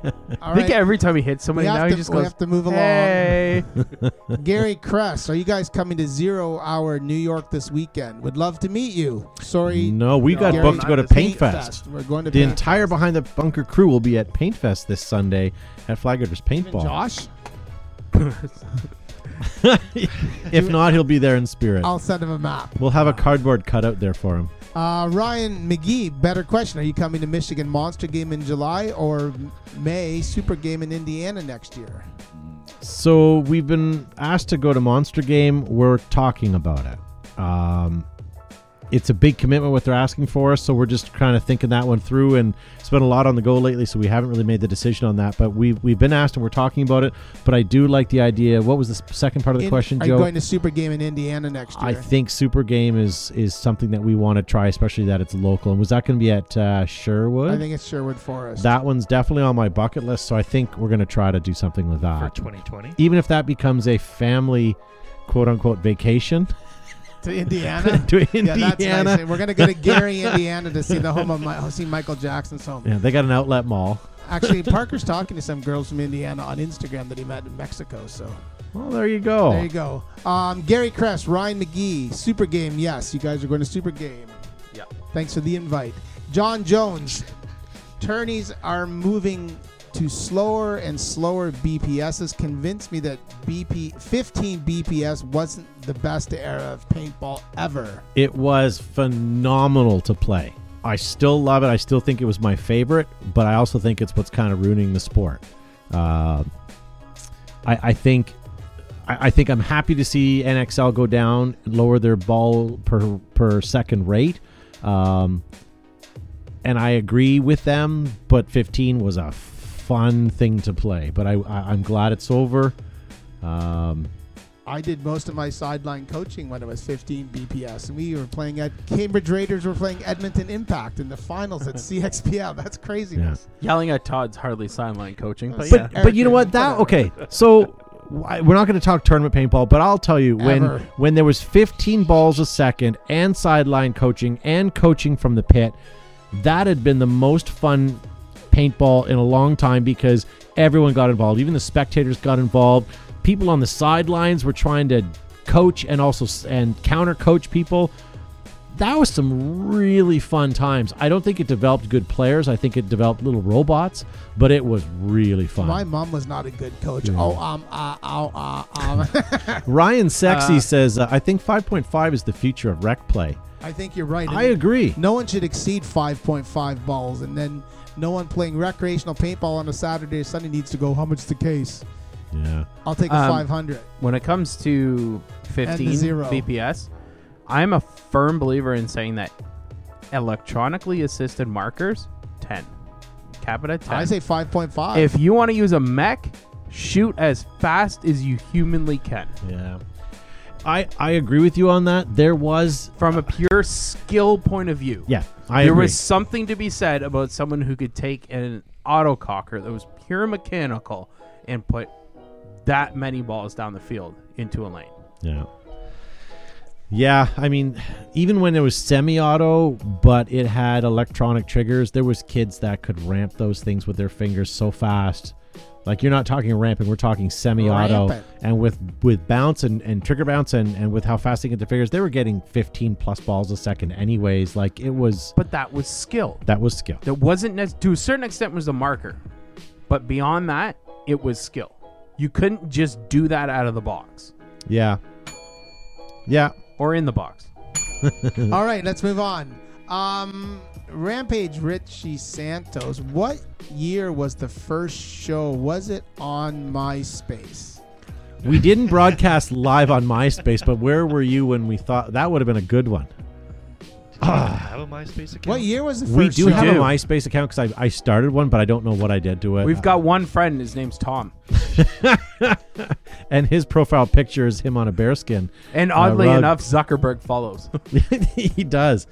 [SPEAKER 2] I think
[SPEAKER 3] right.
[SPEAKER 2] every time he hits
[SPEAKER 3] we
[SPEAKER 2] somebody
[SPEAKER 3] have,
[SPEAKER 2] now,
[SPEAKER 3] to,
[SPEAKER 2] he just
[SPEAKER 3] we
[SPEAKER 2] goes,
[SPEAKER 3] have to move along.
[SPEAKER 2] "Hey."
[SPEAKER 3] <laughs> Gary Cress, are you guys coming to Zero Hour New York this weekend? Would love to meet you. Sorry.
[SPEAKER 1] no, we got
[SPEAKER 3] Gary,
[SPEAKER 1] booked to go to
[SPEAKER 5] not the
[SPEAKER 1] Paint Fest.
[SPEAKER 3] We're going to
[SPEAKER 1] The
[SPEAKER 3] Paint
[SPEAKER 1] entire Behind the Bunker crew will be at Paint Fest this Sunday at Flagger's
[SPEAKER 3] Even
[SPEAKER 1] Paintball.
[SPEAKER 3] Josh?
[SPEAKER 1] If not, he'll be there in spirit.
[SPEAKER 3] I'll send him a map.
[SPEAKER 1] we'll have a cardboard cutout there for him.
[SPEAKER 3] Uh, Ryan McGee, better question. Are you coming to Michigan Monster Game in July or May Super Game in Indiana next year?
[SPEAKER 1] So we've been asked to go to Monster Game. We're talking about it. Um, it's a big commitment what they're asking for us, so we're just kind of thinking that one through. And it's been a lot on the go lately, so we haven't really made the decision on that. But we've we've been asked and we're talking about it. But I do like the idea. What was the s- second part of the
[SPEAKER 3] In-
[SPEAKER 1] question,
[SPEAKER 3] are
[SPEAKER 1] Joe?
[SPEAKER 3] you going to Super Game in Indiana next year?
[SPEAKER 1] I think Super Game is is something that we want to try, especially that it's local. And was that going to be at uh, Sherwood?
[SPEAKER 3] I think it's Sherwood Forest.
[SPEAKER 1] that one's definitely on my bucket list, so I think we're going to try to do something with
[SPEAKER 4] for
[SPEAKER 1] that.
[SPEAKER 4] 2020.
[SPEAKER 1] Even if that becomes a family quote unquote vacation <laughs>
[SPEAKER 3] to Indiana.
[SPEAKER 1] to
[SPEAKER 3] Yeah,
[SPEAKER 1] Indiana.
[SPEAKER 3] that's nice. And We're gonna go to Gary, Indiana, to see the home of my, see Michael Jackson's home.
[SPEAKER 1] Yeah, they got an outlet mall.
[SPEAKER 3] Actually, Parker's talking to some girls from Indiana on Instagram that he met in Mexico. So
[SPEAKER 1] Well, there you go.
[SPEAKER 3] there you go. Um, Gary Cress, Ryan McGee, Super Game. Yes, you guys are going to Super Game.
[SPEAKER 2] Yep.
[SPEAKER 3] Thanks for the invite, John Jones. Turnies are moving to slower and slower BPSs. Convinced me that BP 15 BPS wasn't the best era of paintball ever.
[SPEAKER 1] It was phenomenal to play. I still love it. I still think it was my favorite, but I also think it's what's kind of ruining the sport. Uh, I, I think. I I think I'm happy to see NXL go down, lower their ball per per second rate, um, and I agree with them. But 15 was a fun thing to play. But I, I I'm glad it's over. Um,
[SPEAKER 3] I did most of my sideline coaching when it was 15 BPS, and we were playing at Cambridge Raiders. Were playing Edmonton Impact in the finals at CXPL. That's craziness.
[SPEAKER 2] Yelling at Todd's hardly sideline coaching, but,
[SPEAKER 3] But-
[SPEAKER 2] yeah.
[SPEAKER 1] but but you know
[SPEAKER 3] Eric,
[SPEAKER 1] what that
[SPEAKER 3] whatever.
[SPEAKER 1] okay so why- we're not going to talk tournament paintball but i'll tell you when
[SPEAKER 3] Ever.
[SPEAKER 1] when there was 15 balls a second and sideline coaching and coaching from the pit that had been the most fun paintball in a long time because everyone got involved even the spectators got involved people on the sidelines were trying to coach and also s- and counter coach people that was some really fun times. I don't think it developed good players. I think it developed little robots, but it was really fun.
[SPEAKER 3] My mom was not a good coach. Oh, um, uh, ow, uh, um. <laughs>
[SPEAKER 1] Ryan Sexy
[SPEAKER 2] Uh,
[SPEAKER 1] says, uh, I think 5.5 is the future of rec play.
[SPEAKER 3] I think you're right.
[SPEAKER 1] I agree.
[SPEAKER 3] No one should exceed 5.5 balls, and then no one playing recreational paintball on a Saturday or Sunday needs to go. How much the case?
[SPEAKER 1] Yeah.
[SPEAKER 3] I'll take a
[SPEAKER 2] Um,
[SPEAKER 3] 500.
[SPEAKER 2] when it comes to 15
[SPEAKER 3] zero.
[SPEAKER 2] BPS, I'm a firm believer in saying that electronically assisted markers, 10. Capita 10.
[SPEAKER 3] I say 5.5.
[SPEAKER 2] if you want to use a mech, shoot as fast as you humanly can.
[SPEAKER 1] Yeah. I, I agree with you on that. There was,
[SPEAKER 2] From a pure skill point of view,
[SPEAKER 1] yeah, I
[SPEAKER 2] there
[SPEAKER 1] agree.
[SPEAKER 2] was something to be said about someone who could take an autococker that was pure mechanical and put that many balls down the field into a lane.
[SPEAKER 1] yeah. Yeah, I mean, even when it was semi-auto, but it had electronic triggers, there was kids that could ramp those things with their fingers so fast. Like you're not talking ramping, we're talking semi-auto,
[SPEAKER 3] Rampant.
[SPEAKER 1] and with with bounce and, and trigger bounce and, and with how fast they get their fingers, they were getting 15 plus balls a second, anyways. Like it was
[SPEAKER 2] But that was skill.
[SPEAKER 1] that was skill.
[SPEAKER 2] That wasn't nec- to a certain extent was the marker, but beyond that, it was skill. You couldn't just do that out of the box
[SPEAKER 1] Yeah, yeah.
[SPEAKER 2] or in the box.
[SPEAKER 3] All right, let's move on. Um, Rampage Richie Santos. What year was the first show? Was it on MySpace?
[SPEAKER 1] We didn't broadcast live on MySpace, but where were you when we thought that would have been a good one?
[SPEAKER 4] Did you even
[SPEAKER 1] Ah.
[SPEAKER 4] have a MySpace account?
[SPEAKER 3] What year was the first
[SPEAKER 1] We do
[SPEAKER 3] show?
[SPEAKER 1] have a
[SPEAKER 2] do.
[SPEAKER 1] MySpace account because I, I started one, but I don't know what I did to it.
[SPEAKER 2] We've got one friend. His name's Tom,
[SPEAKER 1] and his profile picture is him on a bearskin. <laughs>
[SPEAKER 2] and oddly
[SPEAKER 1] rug.
[SPEAKER 2] enough, Zuckerberg follows.
[SPEAKER 1] he does.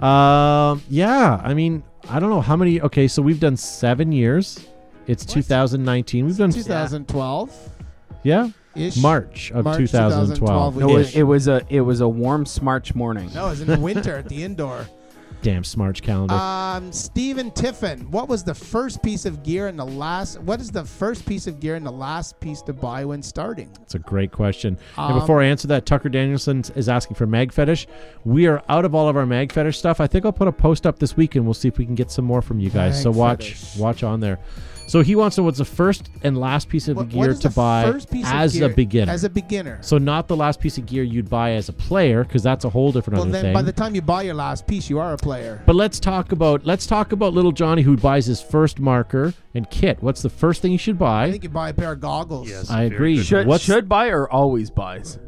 [SPEAKER 1] Um, yeah, I mean, I don't know how many. Okay, so we've done seven years. It's 2019. We've done
[SPEAKER 3] 2012
[SPEAKER 1] yeah
[SPEAKER 3] ish.
[SPEAKER 1] March of
[SPEAKER 3] March
[SPEAKER 1] 2012.
[SPEAKER 3] 2012.
[SPEAKER 2] No, it was,
[SPEAKER 3] Ish.
[SPEAKER 2] it was a it was a warm, smarch morning.
[SPEAKER 3] No, it was in the winter at the indoor.
[SPEAKER 1] Damn smart calendar.
[SPEAKER 3] Um, Stephen Tiffin. What was the first piece of gear and the last? What is the first piece of gear and the last piece to buy when starting?
[SPEAKER 1] It's a great question.
[SPEAKER 3] Um,
[SPEAKER 1] and before I answer that, Tucker Danielson is asking for mag fetish. We are out of all of our mag fetish stuff. I think I'll put a post up this week and we'll see if we can get some more from you guys.
[SPEAKER 3] Mag
[SPEAKER 1] so watch
[SPEAKER 3] fetish.
[SPEAKER 1] watch on there. So he wants to know what's the first and last piece of
[SPEAKER 3] What- what
[SPEAKER 1] gear
[SPEAKER 3] is
[SPEAKER 1] to
[SPEAKER 3] the
[SPEAKER 1] buy
[SPEAKER 3] first piece of
[SPEAKER 1] as
[SPEAKER 3] gear-
[SPEAKER 1] a beginner.
[SPEAKER 3] As a beginner.
[SPEAKER 1] so not the last piece of gear you'd buy as a player because that's a whole different
[SPEAKER 3] Well,
[SPEAKER 1] other
[SPEAKER 3] then
[SPEAKER 1] thing.
[SPEAKER 3] by the time you buy your last piece, you are a player.
[SPEAKER 1] but let's talk about let's talk about little Johnny who buys his first marker and kit. What's the first thing you should
[SPEAKER 3] I
[SPEAKER 1] buy?
[SPEAKER 3] think you buy a pair of goggles.
[SPEAKER 4] Yes.
[SPEAKER 1] I
[SPEAKER 4] very
[SPEAKER 1] agree.
[SPEAKER 4] good.
[SPEAKER 2] Should
[SPEAKER 1] What's-
[SPEAKER 2] should buy or always buys.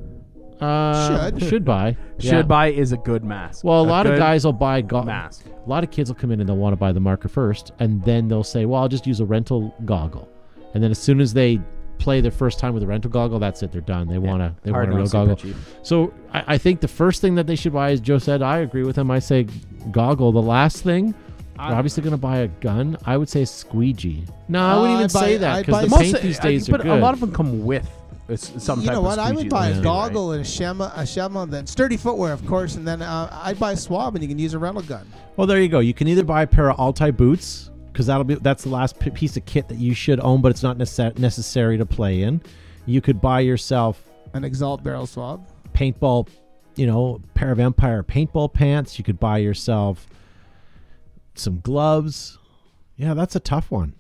[SPEAKER 1] Uh,
[SPEAKER 3] Should.
[SPEAKER 1] should
[SPEAKER 3] <laughs>
[SPEAKER 1] buy Yeah.
[SPEAKER 2] Should buy is a good mask.
[SPEAKER 1] Well, a, lot of
[SPEAKER 2] good
[SPEAKER 1] guys will buy go-
[SPEAKER 2] mask.
[SPEAKER 1] A lot of kids will come in and they'll want to buy the marker first, and then they'll say, "Well, I'll just use a rental goggle," and then as soon as they play their first time with a rental goggle, that's it. They're done. They want to. They
[SPEAKER 2] Hard
[SPEAKER 1] want a
[SPEAKER 2] on
[SPEAKER 1] real
[SPEAKER 2] super
[SPEAKER 1] goggle.
[SPEAKER 2] cheap.
[SPEAKER 1] So I, I think the first thing that they should buy, as Joe said, I agree with him. I say goggle. The last thing. You're obviously going to buy a gun. I would say squeegee. No, I wouldn't
[SPEAKER 3] Uh,
[SPEAKER 1] even
[SPEAKER 3] I'd
[SPEAKER 1] say
[SPEAKER 3] buy-
[SPEAKER 1] that
[SPEAKER 3] I'd
[SPEAKER 1] because
[SPEAKER 3] buy-
[SPEAKER 1] the
[SPEAKER 3] Most-
[SPEAKER 1] paint these
[SPEAKER 2] I-
[SPEAKER 1] days
[SPEAKER 2] but
[SPEAKER 1] are good.
[SPEAKER 2] a lot of them come with a s- some
[SPEAKER 3] You
[SPEAKER 2] type
[SPEAKER 3] know
[SPEAKER 2] of
[SPEAKER 3] what? I would
[SPEAKER 2] squeegee
[SPEAKER 3] buy
[SPEAKER 2] lid,
[SPEAKER 3] a
[SPEAKER 2] right?
[SPEAKER 3] goggle and a shema, a shema, then sturdy footwear, of course, and then uh, I'd buy a swab, and you can use a rental gun.
[SPEAKER 1] Well, there you go. You can either buy a pair of Altai boots because that'll be that's the last p- piece of kit that you should own, but it's not necess- necessary to play in. You could buy yourself
[SPEAKER 3] An Exalt barrel swab.
[SPEAKER 1] paintball, you know, pair of Empire paintball pants. You could buy yourself some gloves. Yeah, that's a tough one.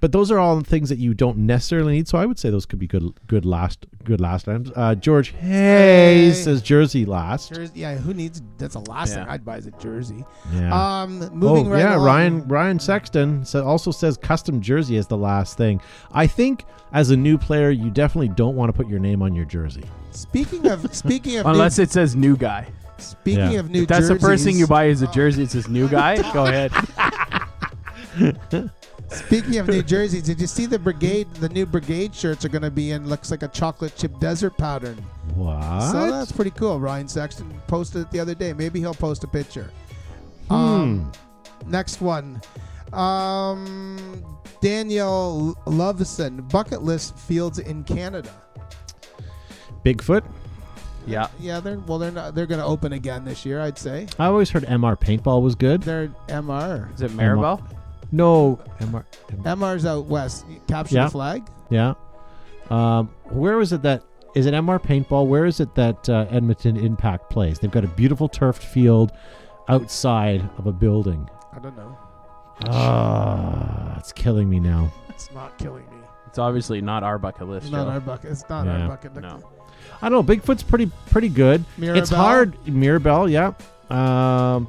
[SPEAKER 1] But those are all things that you don't necessarily need. So I would say those could be good, good last, good last items. Uh, George Hayes
[SPEAKER 3] Hey.
[SPEAKER 1] says jersey last.
[SPEAKER 3] Jersey, yeah, who needs? That's the last
[SPEAKER 2] Yeah.
[SPEAKER 3] thing I'd buy is a jersey.
[SPEAKER 1] Yeah.
[SPEAKER 3] Um, moving
[SPEAKER 1] oh
[SPEAKER 3] right
[SPEAKER 1] yeah,
[SPEAKER 3] on.
[SPEAKER 1] Ryan Ryan Sexton sa- also says custom jersey is the last thing. I think as a new player, you definitely don't want to put your name on your jersey.
[SPEAKER 3] Speaking of speaking of
[SPEAKER 2] Unless
[SPEAKER 3] new,
[SPEAKER 2] it says new guy.
[SPEAKER 3] speaking
[SPEAKER 1] Yeah.
[SPEAKER 3] of new
[SPEAKER 2] If that's the first thing
[SPEAKER 3] jerseys-
[SPEAKER 2] you buy is a jersey. It says new guy.
[SPEAKER 3] <laughs>
[SPEAKER 2] Go ahead.
[SPEAKER 3] Speaking
[SPEAKER 2] <laughs>
[SPEAKER 3] of New Jerseys, did you see the brigade? The new brigade shirts are going to be in looks like a chocolate chip desert pattern.
[SPEAKER 1] What?
[SPEAKER 3] So that's pretty cool. Ryan Sexton posted it the other day. Maybe he'll post a picture.
[SPEAKER 1] Hmm.
[SPEAKER 3] Um, next one. Um, Daniel Loveson, bucket list fields in Canada.
[SPEAKER 1] Bigfoot.
[SPEAKER 2] Yeah.
[SPEAKER 3] Yeah, they're well, they're not. They're going to open again this year, I'd say.
[SPEAKER 1] I always heard MR paintball was good.
[SPEAKER 3] They're MR.
[SPEAKER 2] Is it Maribel?
[SPEAKER 1] No, MR. M-
[SPEAKER 3] MR's out west. Capture
[SPEAKER 1] Yeah.
[SPEAKER 3] the flag.
[SPEAKER 1] Yeah. Um, where was it that? Is it MR paintball? Where is it that uh, Edmonton Impact plays? They've got a beautiful turfed field outside of a building.
[SPEAKER 3] I don't know.
[SPEAKER 1] Ah, it's killing me now.
[SPEAKER 3] It's not killing me.
[SPEAKER 2] It's obviously not our bucket list.
[SPEAKER 3] It's not
[SPEAKER 2] Joe.
[SPEAKER 3] our bucket. It's not
[SPEAKER 1] Yeah.
[SPEAKER 3] our bucket.
[SPEAKER 2] No.
[SPEAKER 1] I don't know. Bigfoot's pretty pretty good. It's
[SPEAKER 3] Mirabelle? <laughs>
[SPEAKER 1] hard. Mirabelle, yeah. Um,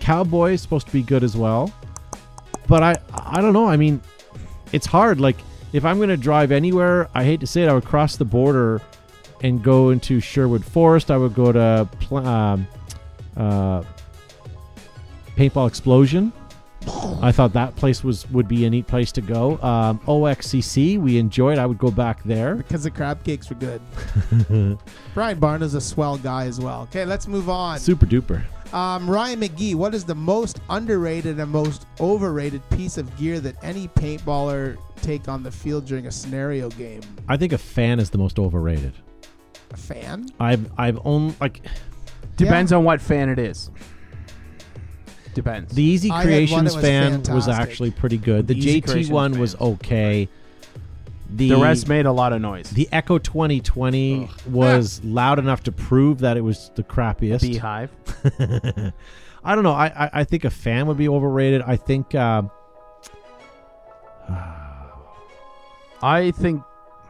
[SPEAKER 1] Cowboy's supposed to be good as well, but I I don't know. I mean, it's hard. Like if I'm gonna drive anywhere, I hate to say it, I would cross the border and go into Sherwood Forest. I would go to pl- um, uh, Paintball Explosion. I thought that place was would be a neat place to go. Um, OXCC, we enjoyed. I would go back there.
[SPEAKER 3] Because the crab cakes were good. Brian Barnes a swell guy as well. Okay, let's move on.
[SPEAKER 1] Super duper.
[SPEAKER 3] Um, Ryan McGee, what is the most underrated and most overrated piece of gear that any paintballer take on the field during a scenario game?
[SPEAKER 1] I think a fan is the most overrated.
[SPEAKER 3] A fan?
[SPEAKER 1] I've I've only like
[SPEAKER 2] Depends on what fan it is. Depends.
[SPEAKER 1] The Easy
[SPEAKER 3] I had one
[SPEAKER 1] Creations
[SPEAKER 3] that was
[SPEAKER 1] fan was
[SPEAKER 3] fantastic.
[SPEAKER 1] actually pretty good. The,
[SPEAKER 2] The Easy
[SPEAKER 1] JT
[SPEAKER 2] Creations
[SPEAKER 1] one was
[SPEAKER 2] fans.
[SPEAKER 1] okay. The,
[SPEAKER 2] the rest made a lot of noise.
[SPEAKER 1] the Echo 2020 was loud enough to prove that it was the crappiest.
[SPEAKER 2] beehive.
[SPEAKER 1] I don't know. I, I I think a fan would be overrated. I think uh,
[SPEAKER 2] I think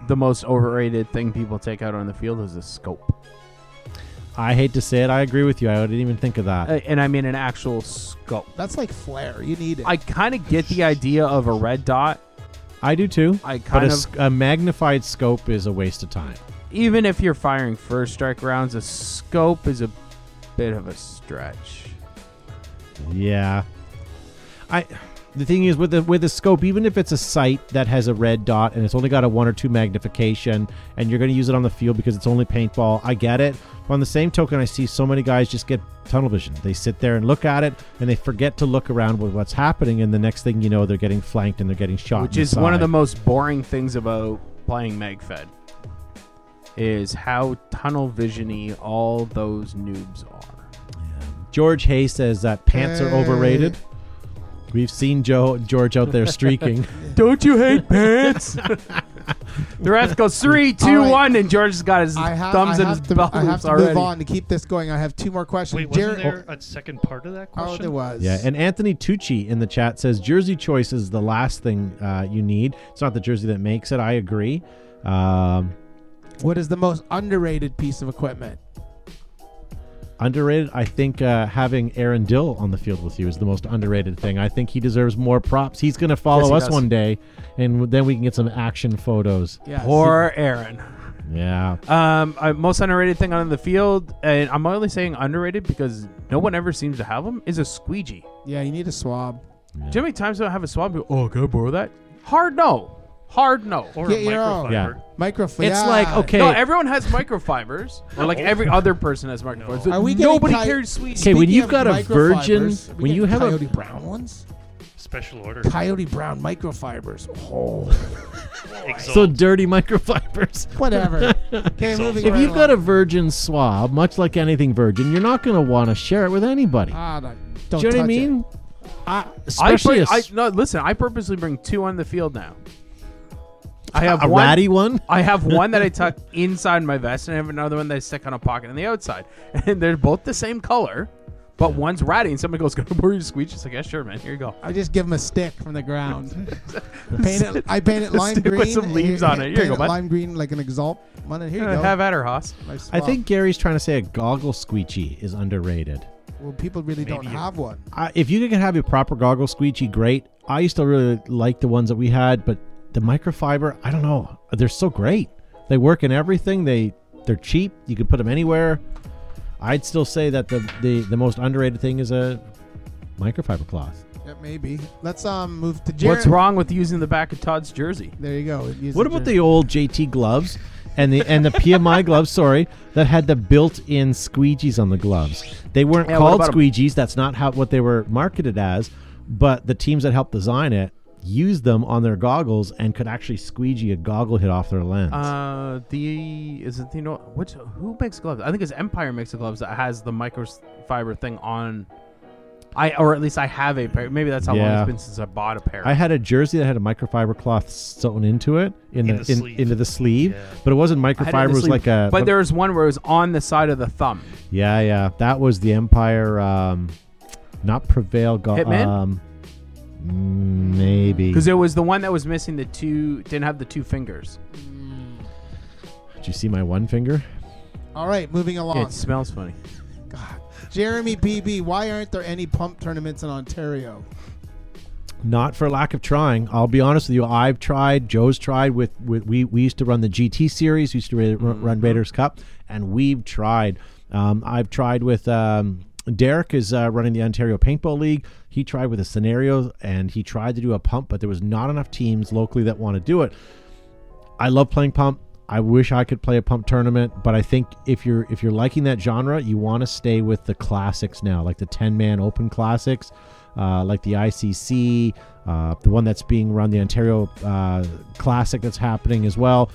[SPEAKER 2] the most overrated thing people take out on the field is a scope,
[SPEAKER 1] I hate to say it. I agree with you. I didn't even think of that.
[SPEAKER 2] Uh, and I mean an actual scope.
[SPEAKER 3] That's like flair. You need it.
[SPEAKER 2] I kind of get the idea of a red dot.
[SPEAKER 1] I do too.
[SPEAKER 2] I
[SPEAKER 1] But
[SPEAKER 2] kind
[SPEAKER 1] a,
[SPEAKER 2] of
[SPEAKER 1] sc- a magnified scope is a waste of time.
[SPEAKER 2] even if you're firing first strike rounds, a scope is a bit of a stretch.
[SPEAKER 1] Yeah. I the thing is with the with the scope, even if it's a sight that has a red dot and it's only got a one or two magnification and you're gonna use it on the field because it's only paintball, I get it. But on the same token, I see so many guys just get tunnel vision. They sit there and look at it and they forget to look around with what's happening and the next thing you know they're getting flanked and they're getting shot.
[SPEAKER 2] which
[SPEAKER 1] in
[SPEAKER 2] is one of the
[SPEAKER 1] side.
[SPEAKER 2] most boring things about playing Megfed is how tunnel visiony all those noobs
[SPEAKER 3] <laughs>
[SPEAKER 2] are.
[SPEAKER 1] George Hay says that pants are
[SPEAKER 2] Eh.
[SPEAKER 3] Hey.
[SPEAKER 1] overrated. We've seen Joe George out there
[SPEAKER 2] <laughs>
[SPEAKER 1] streaking.
[SPEAKER 2] Don't you hate <laughs> pants? the ref goes three, two, one,
[SPEAKER 3] All right.
[SPEAKER 2] and George has got his
[SPEAKER 3] I ha-
[SPEAKER 2] thumbs
[SPEAKER 3] I
[SPEAKER 2] in
[SPEAKER 3] have
[SPEAKER 2] his
[SPEAKER 3] to,
[SPEAKER 2] belt
[SPEAKER 3] I have to
[SPEAKER 2] already.
[SPEAKER 3] move on to keep this going. I have two more questions.
[SPEAKER 4] Wait, wasn't
[SPEAKER 3] Jared-
[SPEAKER 4] there a second part of that
[SPEAKER 3] Oh,
[SPEAKER 4] question?
[SPEAKER 3] there was.
[SPEAKER 1] Yeah, and Anthony Tucci in the chat says jersey choice is the last thing uh, you need. It's not the jersey that makes it. I agree. Um,
[SPEAKER 3] what is the most underrated piece of equipment?
[SPEAKER 1] underrated. I think uh, having Aaron Dill on the field with you is the most underrated thing. I think he deserves more props. He's going to follow
[SPEAKER 2] Yes, he
[SPEAKER 1] us
[SPEAKER 2] does.
[SPEAKER 1] one day, and then we can get some action photos.
[SPEAKER 3] Yes.
[SPEAKER 2] Poor Aaron.
[SPEAKER 1] Yeah.
[SPEAKER 2] Um, uh, most underrated thing on the field, and I'm only saying underrated because no one ever seems to have them, is a squeegee.
[SPEAKER 3] Yeah, you need a swab.
[SPEAKER 2] Do you know how many times I have a swab? people, Oh, can I borrow that? Hard no. Hard no.
[SPEAKER 4] Or
[SPEAKER 3] Get
[SPEAKER 4] a
[SPEAKER 3] your own.
[SPEAKER 4] microfiber.
[SPEAKER 1] Yeah.
[SPEAKER 3] Microphone.
[SPEAKER 1] It's like okay. Oh.
[SPEAKER 2] No, everyone has
[SPEAKER 1] <laughs>
[SPEAKER 2] microfibers. Or like every other person has microfibers.
[SPEAKER 3] Are we getting
[SPEAKER 2] Nobody
[SPEAKER 3] ki-
[SPEAKER 2] carries sweet.
[SPEAKER 1] Okay, when
[SPEAKER 3] Speaking
[SPEAKER 1] you've
[SPEAKER 3] of
[SPEAKER 1] got a virgin-
[SPEAKER 3] microfibers, we
[SPEAKER 1] when
[SPEAKER 3] get
[SPEAKER 1] you have a-
[SPEAKER 3] coyote brown ones,
[SPEAKER 4] Special order.
[SPEAKER 3] coyote brown microfibers. Oh,
[SPEAKER 1] so
[SPEAKER 4] Exalt.
[SPEAKER 1] dirty <laughs> microfibers.
[SPEAKER 3] <laughs> whatever. Okay, moving.
[SPEAKER 1] If
[SPEAKER 3] right
[SPEAKER 1] you've got a
[SPEAKER 3] along.
[SPEAKER 1] virgin swab, much like anything virgin, you're not going to want to share it with anybody.
[SPEAKER 3] ah, no,
[SPEAKER 1] Do
[SPEAKER 3] don't
[SPEAKER 1] you know what I
[SPEAKER 3] touch it.
[SPEAKER 1] mean? I,
[SPEAKER 2] I,
[SPEAKER 1] especially
[SPEAKER 2] bring,
[SPEAKER 1] a
[SPEAKER 2] I
[SPEAKER 1] s-
[SPEAKER 2] no. Listen, I purposely bring two on the field now. I have
[SPEAKER 1] a
[SPEAKER 2] one.
[SPEAKER 1] ratty one. <laughs>
[SPEAKER 2] I have one that I tuck inside my vest, and I have another one that I stick on a pocket on the outside, <laughs> and they're both the same color, but one's ratty, and somebody goes, <laughs> "Can I borrow your squeegee?" It's like, "Yeah, sure, man. Here you go."
[SPEAKER 3] I just give them a stick from the ground. paint it, I paint it
[SPEAKER 2] A
[SPEAKER 3] lime
[SPEAKER 2] stick with
[SPEAKER 3] green.
[SPEAKER 2] some leaves
[SPEAKER 3] Here-
[SPEAKER 2] on it. Here you
[SPEAKER 3] paint
[SPEAKER 2] go, bud. Uh,
[SPEAKER 3] Lime green like an exalt one. And here you
[SPEAKER 2] <laughs>
[SPEAKER 3] go.
[SPEAKER 2] Have at her, Haas.
[SPEAKER 3] My
[SPEAKER 1] I
[SPEAKER 3] swab.
[SPEAKER 1] think Gary's trying to say a goggle squeegee is underrated.
[SPEAKER 3] well, people really don't
[SPEAKER 4] Maybe a-
[SPEAKER 3] have one.
[SPEAKER 1] I, if you can have your proper goggle squeegee, great. I used to really like the ones that we had, but the microfiber, I don't know, they're so great. They work in everything. They they're cheap. You can put them anywhere. I'd still say that the the, the most underrated thing is a microfiber cloth.
[SPEAKER 3] Yeah, maybe. Let's um move to Jared.
[SPEAKER 2] What's wrong with using the back of Todd's jersey?
[SPEAKER 3] There you go. Use
[SPEAKER 1] What
[SPEAKER 3] the
[SPEAKER 1] about
[SPEAKER 3] Jared.
[SPEAKER 1] the old JT gloves and the and the
[SPEAKER 2] <laughs>
[SPEAKER 1] PMI gloves? Sorry, that had the built-in squeegees on the gloves. They weren't
[SPEAKER 2] Yeah, what
[SPEAKER 1] called
[SPEAKER 2] about 'em?
[SPEAKER 1] squeegees. That's not how what they were marketed as. But the teams that helped design it used them on their goggles and could actually squeegee a goggle hit off their lens.
[SPEAKER 2] Uh, the is it the no? Which who makes gloves? I think it's Empire makes the gloves that has the microfiber thing on. I or at least I have a pair. Maybe that's how long
[SPEAKER 1] Yeah.
[SPEAKER 2] it's been since I bought a pair.
[SPEAKER 1] I had a jersey that had a microfiber cloth sewn into it in,
[SPEAKER 4] In
[SPEAKER 1] the,
[SPEAKER 4] the
[SPEAKER 1] in,
[SPEAKER 4] sleeve.
[SPEAKER 1] into the sleeve,
[SPEAKER 4] Yeah.
[SPEAKER 1] but it wasn't
[SPEAKER 2] I had it in
[SPEAKER 1] microfiber.
[SPEAKER 2] the
[SPEAKER 1] It was
[SPEAKER 2] sleeve,
[SPEAKER 1] like a
[SPEAKER 2] But there was one where it was on the side of the thumb.
[SPEAKER 1] yeah yeah that was the Empire, um, not Prevail go-
[SPEAKER 2] Hitman?
[SPEAKER 1] Um, maybe
[SPEAKER 2] Because it was the one that was missing the two, didn't have the two fingers.
[SPEAKER 1] Did you see my one finger?
[SPEAKER 3] All right, moving along.
[SPEAKER 2] It smells funny.
[SPEAKER 3] God. Jeremy BB, why aren't there any pump tournaments in Ontario?
[SPEAKER 1] Not for lack of trying. I'll be honest with you. I've tried. Joe's tried. With, with we we used to run the GT series. We used to ra- run, Raiders Cup, and we've tried. Um, I've tried with um, Derek is uh, running the Ontario Paintball League. He tried with a scenario, and he tried to do a pump, but there was not enough teams locally that want to do it. I love playing pump. I wish I could play a pump tournament, but I think if you're if you're liking that genre, you want to stay with the classics now, like the 10 man open classics, uh, like the ICC, uh, the one that's being run, the Ontario uh, Classic that's happening as well.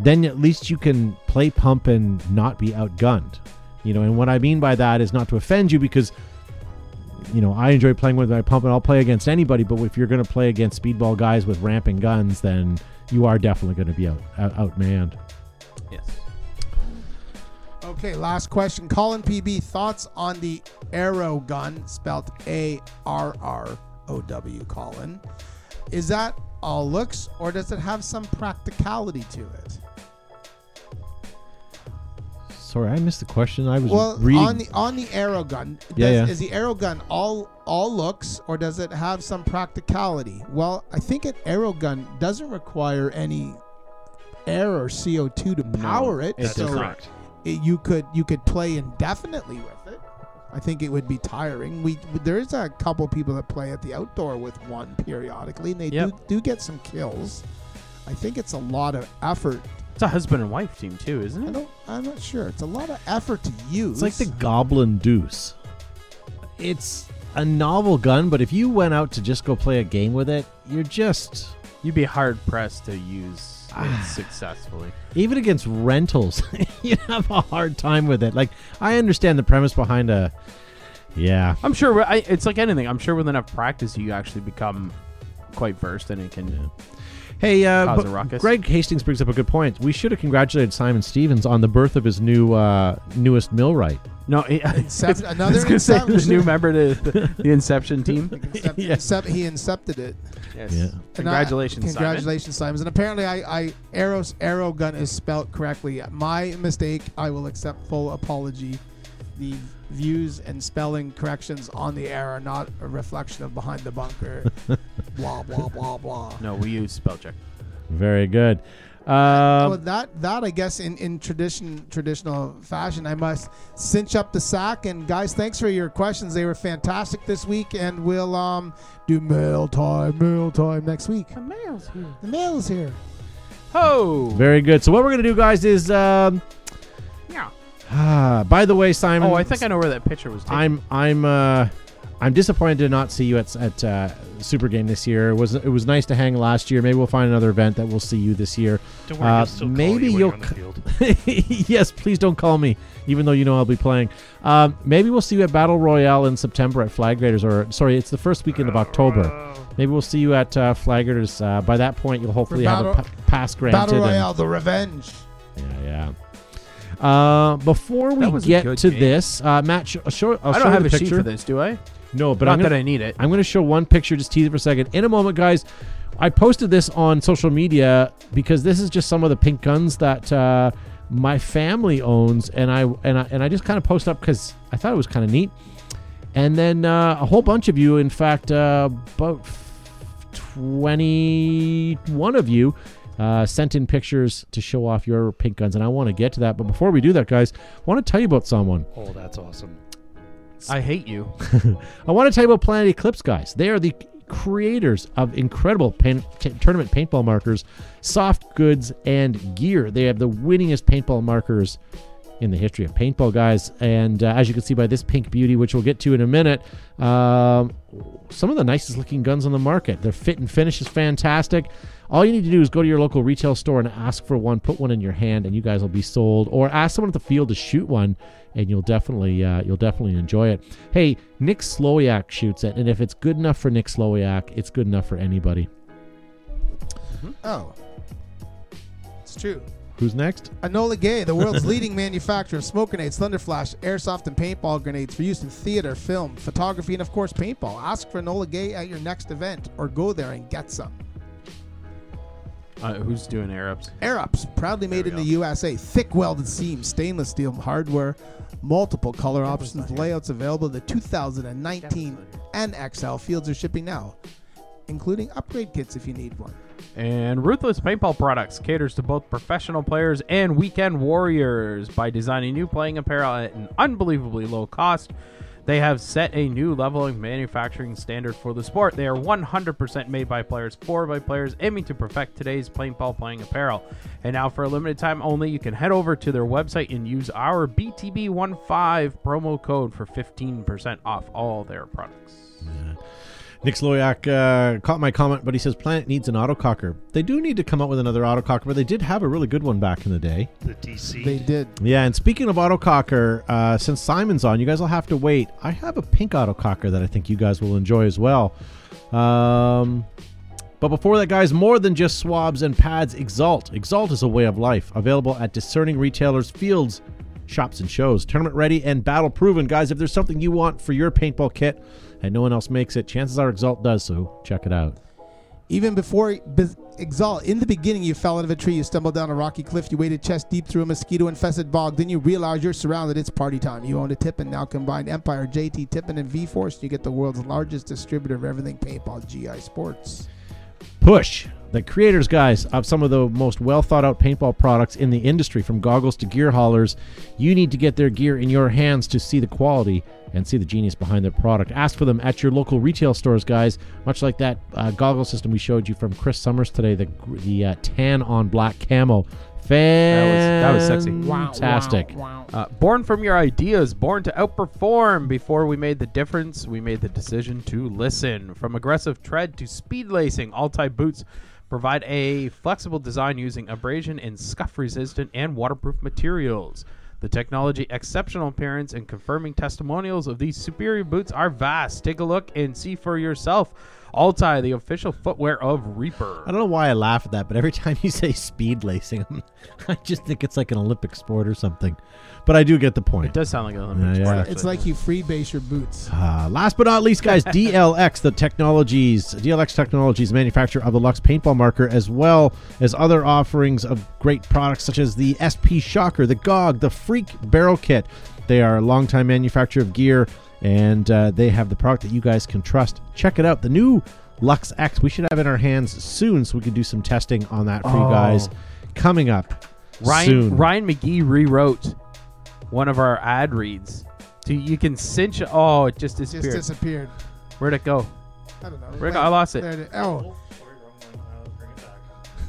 [SPEAKER 1] Then at least you can play pump and not be outgunned. You know, and what I mean by that is not to offend you because you know, I enjoy playing with my pump and I'll play against anybody, but if you're going to play against speedball guys with ramping guns, then you are definitely going to be out, out outmanned.
[SPEAKER 2] Yes.
[SPEAKER 3] Okay, last question. Colin PB, thoughts on the arrow gun, spelled A R R O W, Colin. Is that all looks or does it have some practicality to it?
[SPEAKER 1] Sorry, I missed the question. I was
[SPEAKER 3] Well,
[SPEAKER 1] reading.
[SPEAKER 3] on the on the arrow gun, does,
[SPEAKER 1] Yeah, yeah.
[SPEAKER 3] is the arrow gun all all looks or does it have some practicality? Well, I think an arrow gun doesn't require any air or CO2 to power it,
[SPEAKER 1] it
[SPEAKER 4] That's
[SPEAKER 3] so
[SPEAKER 1] does not.
[SPEAKER 4] correct.
[SPEAKER 3] it, you could you could play indefinitely with it. I think it would be tiring. We there is a couple people that play at the outdoor with one periodically, and they
[SPEAKER 5] Yep.
[SPEAKER 3] do do get some kills. I think it's a lot of effort.
[SPEAKER 2] It's a husband and wife team too,
[SPEAKER 3] I
[SPEAKER 2] isn't it?
[SPEAKER 3] don't. I'm not sure. It's a lot of effort to use.
[SPEAKER 1] It's like the Goblin Deuce. It's a novel gun, but if you went out to just go play a game with it, you're just
[SPEAKER 2] You'd be hard pressed to use
[SPEAKER 1] <sighs>
[SPEAKER 2] it successfully.
[SPEAKER 1] even against rentals, <laughs> you'd have a hard time with it. Like I understand the premise behind a yeah,
[SPEAKER 2] I'm sure. wi- I, it's like anything. I'm sure with enough practice, you actually become quite versed, and it can.
[SPEAKER 1] Hey, uh,
[SPEAKER 2] Cause a
[SPEAKER 1] but
[SPEAKER 2] ruckus.
[SPEAKER 1] Greg Hastings brings up a good point. We should have congratulated Simon Stevens on the birth of his new uh, newest millwright.
[SPEAKER 2] No, <laughs> it,
[SPEAKER 3] Incept-
[SPEAKER 2] it's, I
[SPEAKER 3] another
[SPEAKER 2] was gonna say the
[SPEAKER 3] inception.
[SPEAKER 2] new member to the, the
[SPEAKER 3] <laughs>
[SPEAKER 2] Inception team.
[SPEAKER 3] Incept-
[SPEAKER 1] <laughs> Yeah.
[SPEAKER 3] incept- he incepted it.
[SPEAKER 2] Yes.
[SPEAKER 1] Yeah.
[SPEAKER 3] And I-
[SPEAKER 2] Congratulations, Simon.
[SPEAKER 3] congratulations, Simons. And apparently, I, I arrows arrow gun is spelt correctly. My mistake. I will accept full apology. The views and spelling corrections on the air are not a reflection of behind
[SPEAKER 2] <laughs>
[SPEAKER 3] the bunker. blah blah blah blah.
[SPEAKER 2] No, we use spell check.
[SPEAKER 1] Very good.
[SPEAKER 3] well,
[SPEAKER 1] Um,
[SPEAKER 3] that that I guess in in tradition traditional fashion, I must cinch up the sack. And guys, thanks for your questions. They were fantastic this week, and we'll um do mail time, mail time next week.
[SPEAKER 2] The mail's here.
[SPEAKER 3] The mail is here.
[SPEAKER 2] Ho!
[SPEAKER 1] very good. So what we're gonna do, guys, is um,
[SPEAKER 2] Yeah.
[SPEAKER 1] ah, by the way, Simon.
[SPEAKER 2] Oh, I think I know where that picture was taken.
[SPEAKER 1] I'm I'm uh, I'm disappointed to not see you at at uh, Super Game this year. It was it was nice to hang last year. Maybe we'll find another event that we'll see you this year. <laughs>
[SPEAKER 4] Don't worry,
[SPEAKER 1] Uh,
[SPEAKER 4] he'll still call
[SPEAKER 1] maybe
[SPEAKER 4] you when
[SPEAKER 1] you'll
[SPEAKER 4] you're on the field.
[SPEAKER 1] yes, please don't call me, even though you know I'll be playing. Um, maybe we'll see you at Battle Royale in September at Flag Raiders, or sorry, it's the first weekend of October.
[SPEAKER 4] Oh,
[SPEAKER 1] Maybe we'll see you at uh, Flag Raiders. Uh, by that point, you'll hopefully have a
[SPEAKER 3] Battle-
[SPEAKER 1] pa- pass granted.
[SPEAKER 3] Battle
[SPEAKER 1] and-
[SPEAKER 3] Royale, the revenge.
[SPEAKER 1] yeah, yeah. Uh, before we
[SPEAKER 2] That was a
[SPEAKER 1] get
[SPEAKER 2] good
[SPEAKER 1] to
[SPEAKER 2] game.
[SPEAKER 1] this, uh, Matt, sh- I'll show, I'll
[SPEAKER 2] I
[SPEAKER 1] show
[SPEAKER 2] don't have
[SPEAKER 1] the
[SPEAKER 2] a
[SPEAKER 1] picture.
[SPEAKER 2] sheet for this, do I?
[SPEAKER 1] No, but
[SPEAKER 2] Not
[SPEAKER 1] I'm gonna,
[SPEAKER 2] that I need it.
[SPEAKER 1] I'm going to show one picture, just tease it for a second. In a moment, guys, I posted this on social media because this is just some of the pink guns that uh, my family owns, and I and I and I just kind of post up because I thought it was kind of neat. And then uh, a whole bunch of you, in fact, uh, about 21 of you uh, sent in pictures to show off your pink guns, and I want to get to that. But before we do that, guys, I want to tell you about someone.
[SPEAKER 4] oh, that's awesome.
[SPEAKER 2] I hate you.
[SPEAKER 1] I want to tell you about Planet Eclipse, guys. They are the creators of incredible paint, t- tournament paintball markers, soft goods, and gear. They have the winningest paintball markers in the history of paintball, guys. And uh, as you can see by this pink beauty, which we'll get to in a minute, um, some of the nicest looking guns on the market. Their fit and finish is fantastic. All you need to do is go to your local retail store and ask for one, put one in your hand, and you guys will be sold. Or ask someone at the field to shoot one, and you'll definitely uh, you'll definitely enjoy it. Hey, Nick Slowiak shoots it, and if it's good enough for Nick Slowiak, it's good enough for anybody.
[SPEAKER 3] Oh, it's true.
[SPEAKER 1] Who's next?
[SPEAKER 3] Anola Gay, the <laughs> world's leading manufacturer of smoke grenades, thunder flash, airsoft, and paintball grenades for use in theater, film, photography, and of course paintball. Ask for Anola Gay at your next event, or go there and get some.
[SPEAKER 2] Uh, who's doing air ups?
[SPEAKER 3] Air Ups, proudly made in
[SPEAKER 2] we
[SPEAKER 3] the USA. Thick welded seams, stainless steel hardware, multiple color options, layouts available. The 2019 and XL fields are shipping now, including upgrade kits if you need one.
[SPEAKER 2] And Ruthless Paintball Products caters to both professional players and weekend warriors by designing new playing apparel at an unbelievably low cost. They have set a new level of manufacturing standard for the sport. They are 100% made by players, for by players, aiming to perfect today's paintball playing apparel. And now, for a limited time only, you can head over to their website and use our BTB15 promo code for 15% off all their products.
[SPEAKER 1] Nick Sloyak uh, caught my comment, but he says Planet needs an autococker. They do need to come up with another autococker, but they did have a really good one back in the day.
[SPEAKER 4] The DC.
[SPEAKER 3] They did.
[SPEAKER 1] Yeah, and speaking of autococker, uh, since Simon's on, you guys will have to wait. I have a pink autococker that I think you guys will enjoy as well. Um, but before that, guys, more than just swabs and pads, Exalt. Exalt is a way of life available at discerning retailers, fields, shops, and shows. Tournament ready and battle proven. Guys, if there's something you want for your paintball kit and no one else makes it, chances are Exalt does, so check it out.
[SPEAKER 3] Even before be- Exalt, in the beginning, you fell out of a tree, you stumbled down a rocky cliff, you waded chest deep through a mosquito infested bog, then you realize you're surrounded. It's party time. You own a Tippin, now combined Empire, JT, Tippin, and V Force, and you get the world's largest distributor of everything paintball, GI Sports.
[SPEAKER 1] Push, the creators, guys, of some of the most well thought out paintball products in the industry, from goggles to gear haulers. You need to get their gear in your hands to see the quality and see the genius behind their product. Ask for them at your local retail stores, guys. Much like that uh, goggle system we showed you from Chris Summers today, the the uh, tan on black camo.
[SPEAKER 2] That was- that was sexy. Wow,
[SPEAKER 1] Wow, Fantastic.
[SPEAKER 2] Uh, born from your ideas, born to outperform. Before we made the difference, we made the decision to listen. From aggressive tread to speed lacing, all type boots provide a flexible design using abrasion and scuff resistant and waterproof materials. The technology, exceptional appearance, and confirming testimonials of these superior boots are vast. Take a look and see for yourself. Altai, the official footwear of Reaper.
[SPEAKER 1] I don't know why I laugh at that, but every time you say speed lacing, <laughs> I just think it's like an Olympic sport or something. But I do get the point.
[SPEAKER 2] It does sound like an Olympic
[SPEAKER 1] Yeah,
[SPEAKER 2] sport.
[SPEAKER 1] yeah.
[SPEAKER 2] actually.
[SPEAKER 3] It's like you freebase your boots.
[SPEAKER 1] Uh, last but not least,
[SPEAKER 2] <laughs>
[SPEAKER 1] guys, DLX, the technologies, DLX Technologies, manufacturer of the Lux paintball marker, as well as other offerings of great products such as the SP Shocker, the GOG, the Freak Barrel Kit. They are a longtime manufacturer of gear, and uh, they have the product that you guys can trust. Check it out. The new Lux X we should have in our hands soon, so we can do some testing on that for you guys coming up
[SPEAKER 2] Oh. Ryan
[SPEAKER 1] soon.
[SPEAKER 2] Ryan McGee rewrote one of our ad reads. So you can cinch. Oh, it just
[SPEAKER 3] Just
[SPEAKER 2] disappeared.
[SPEAKER 3] disappeared.
[SPEAKER 2] Where'd it go?
[SPEAKER 3] I don't know.
[SPEAKER 2] Rick, I lost it.
[SPEAKER 3] There is. Oh,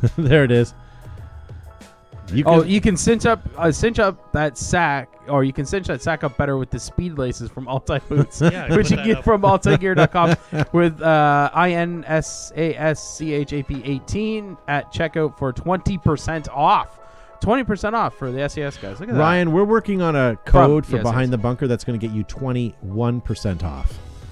[SPEAKER 1] <laughs> there it is. You
[SPEAKER 2] oh, you can cinch up, uh, cinch up that sack, or you can cinch that sack up better with the speed laces from Altai Boots,
[SPEAKER 4] Yeah, I
[SPEAKER 2] which
[SPEAKER 4] put
[SPEAKER 2] you
[SPEAKER 4] that
[SPEAKER 2] get
[SPEAKER 4] up.
[SPEAKER 2] from AltaiGear.com with uh, I N S A S C H A P 18 at checkout for 20% off. 20% off for the SES guys. Look at
[SPEAKER 1] Ryan, we're working on a
[SPEAKER 2] From-
[SPEAKER 1] code for
[SPEAKER 2] yes,
[SPEAKER 1] behind
[SPEAKER 2] yes.
[SPEAKER 1] the bunker that's going to get you 21% off.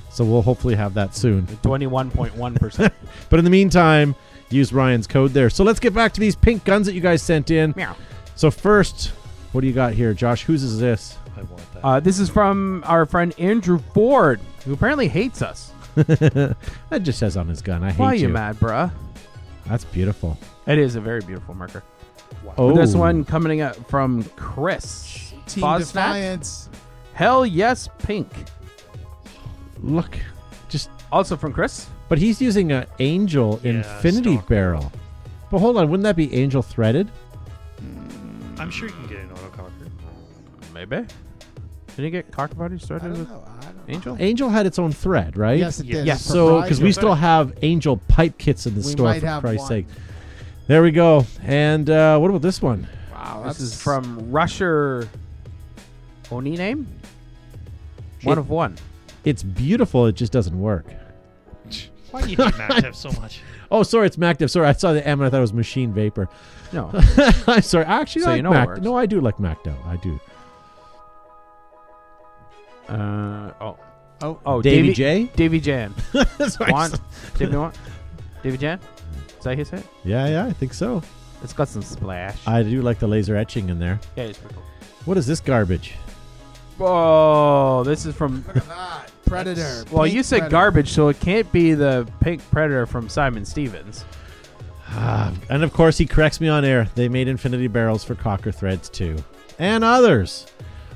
[SPEAKER 1] So we'll hopefully have that soon.
[SPEAKER 2] that. 21.1%.
[SPEAKER 1] But in the meantime, use Ryan's code there. So let's get back to these pink guns that you guys sent in.
[SPEAKER 2] Meow.
[SPEAKER 1] So first, what do you got here, Josh? Whose is this? <laughs>
[SPEAKER 4] I want that.
[SPEAKER 2] Uh, this is from our friend Andrew Ford, who apparently hates us.
[SPEAKER 1] that just says on his gun, I hate
[SPEAKER 2] Why you mad, bruh?
[SPEAKER 1] That's beautiful.
[SPEAKER 2] It is a very beautiful marker.
[SPEAKER 1] Oh,
[SPEAKER 2] This one coming up from Chris.
[SPEAKER 3] Team
[SPEAKER 2] Fosnack?
[SPEAKER 3] Defiance.
[SPEAKER 2] Hell yes, pink.
[SPEAKER 1] Look, just
[SPEAKER 2] Also from Chris.
[SPEAKER 1] but he's using an angel
[SPEAKER 4] Yeah,
[SPEAKER 1] infinity
[SPEAKER 4] stock.
[SPEAKER 1] barrel. But hold on, wouldn't that be angel threaded?
[SPEAKER 4] I'm sure you can get an autococker.
[SPEAKER 2] Maybe. Didn't he get Cockabody
[SPEAKER 3] I
[SPEAKER 2] started
[SPEAKER 3] don't
[SPEAKER 2] with
[SPEAKER 3] know. I don't know.
[SPEAKER 2] Angel?
[SPEAKER 1] Angel had its own thread, right?
[SPEAKER 3] Yes, it did.
[SPEAKER 4] Yeah.
[SPEAKER 3] For
[SPEAKER 1] So, because we
[SPEAKER 3] Friday.
[SPEAKER 1] still have Angel pipe kits in the
[SPEAKER 3] We
[SPEAKER 1] store,
[SPEAKER 3] might
[SPEAKER 1] for
[SPEAKER 3] have
[SPEAKER 1] Christ's
[SPEAKER 3] one.
[SPEAKER 1] sake. There we go. And uh, what about this one?
[SPEAKER 3] Wow,
[SPEAKER 2] This is
[SPEAKER 3] that's-
[SPEAKER 2] from Rusher. Oni name? One of one.
[SPEAKER 1] It's beautiful. It just doesn't work.
[SPEAKER 4] Why do you hate Max have so much?
[SPEAKER 1] Oh, sorry, it's Mactiv. Sorry, I saw the M and I thought it was Machine Vapor. <laughs>
[SPEAKER 2] <laughs> No. Uh,
[SPEAKER 1] I'm sorry. I Actually,
[SPEAKER 2] So
[SPEAKER 1] I like
[SPEAKER 2] you know it
[SPEAKER 1] Mac-
[SPEAKER 2] works.
[SPEAKER 1] No, I do like Macdo. I do.
[SPEAKER 2] uh, oh.
[SPEAKER 3] Oh,
[SPEAKER 2] Oh,
[SPEAKER 1] Davy
[SPEAKER 2] Davy
[SPEAKER 1] J? <laughs>
[SPEAKER 2] Davy <laughs> Jan.
[SPEAKER 1] That's what I
[SPEAKER 2] Want?
[SPEAKER 1] said.
[SPEAKER 2] Davy Want? Davy Jan? Is that his it?
[SPEAKER 1] Yeah, yeah, I think so.
[SPEAKER 2] It's got some splash.
[SPEAKER 1] I do like the laser etching in there.
[SPEAKER 2] yeah, it's pretty cool.
[SPEAKER 1] What is this garbage?
[SPEAKER 2] Oh, this is from.
[SPEAKER 3] Look at that. Predator.
[SPEAKER 2] oh. <laughs> Well,
[SPEAKER 3] Pink
[SPEAKER 2] you said
[SPEAKER 3] Predator.
[SPEAKER 2] garbage, so it can't be the pink predator from Simon Stevens.
[SPEAKER 1] Ah, and of course, he corrects me on air. They made infinity barrels for cocker threads too, and others.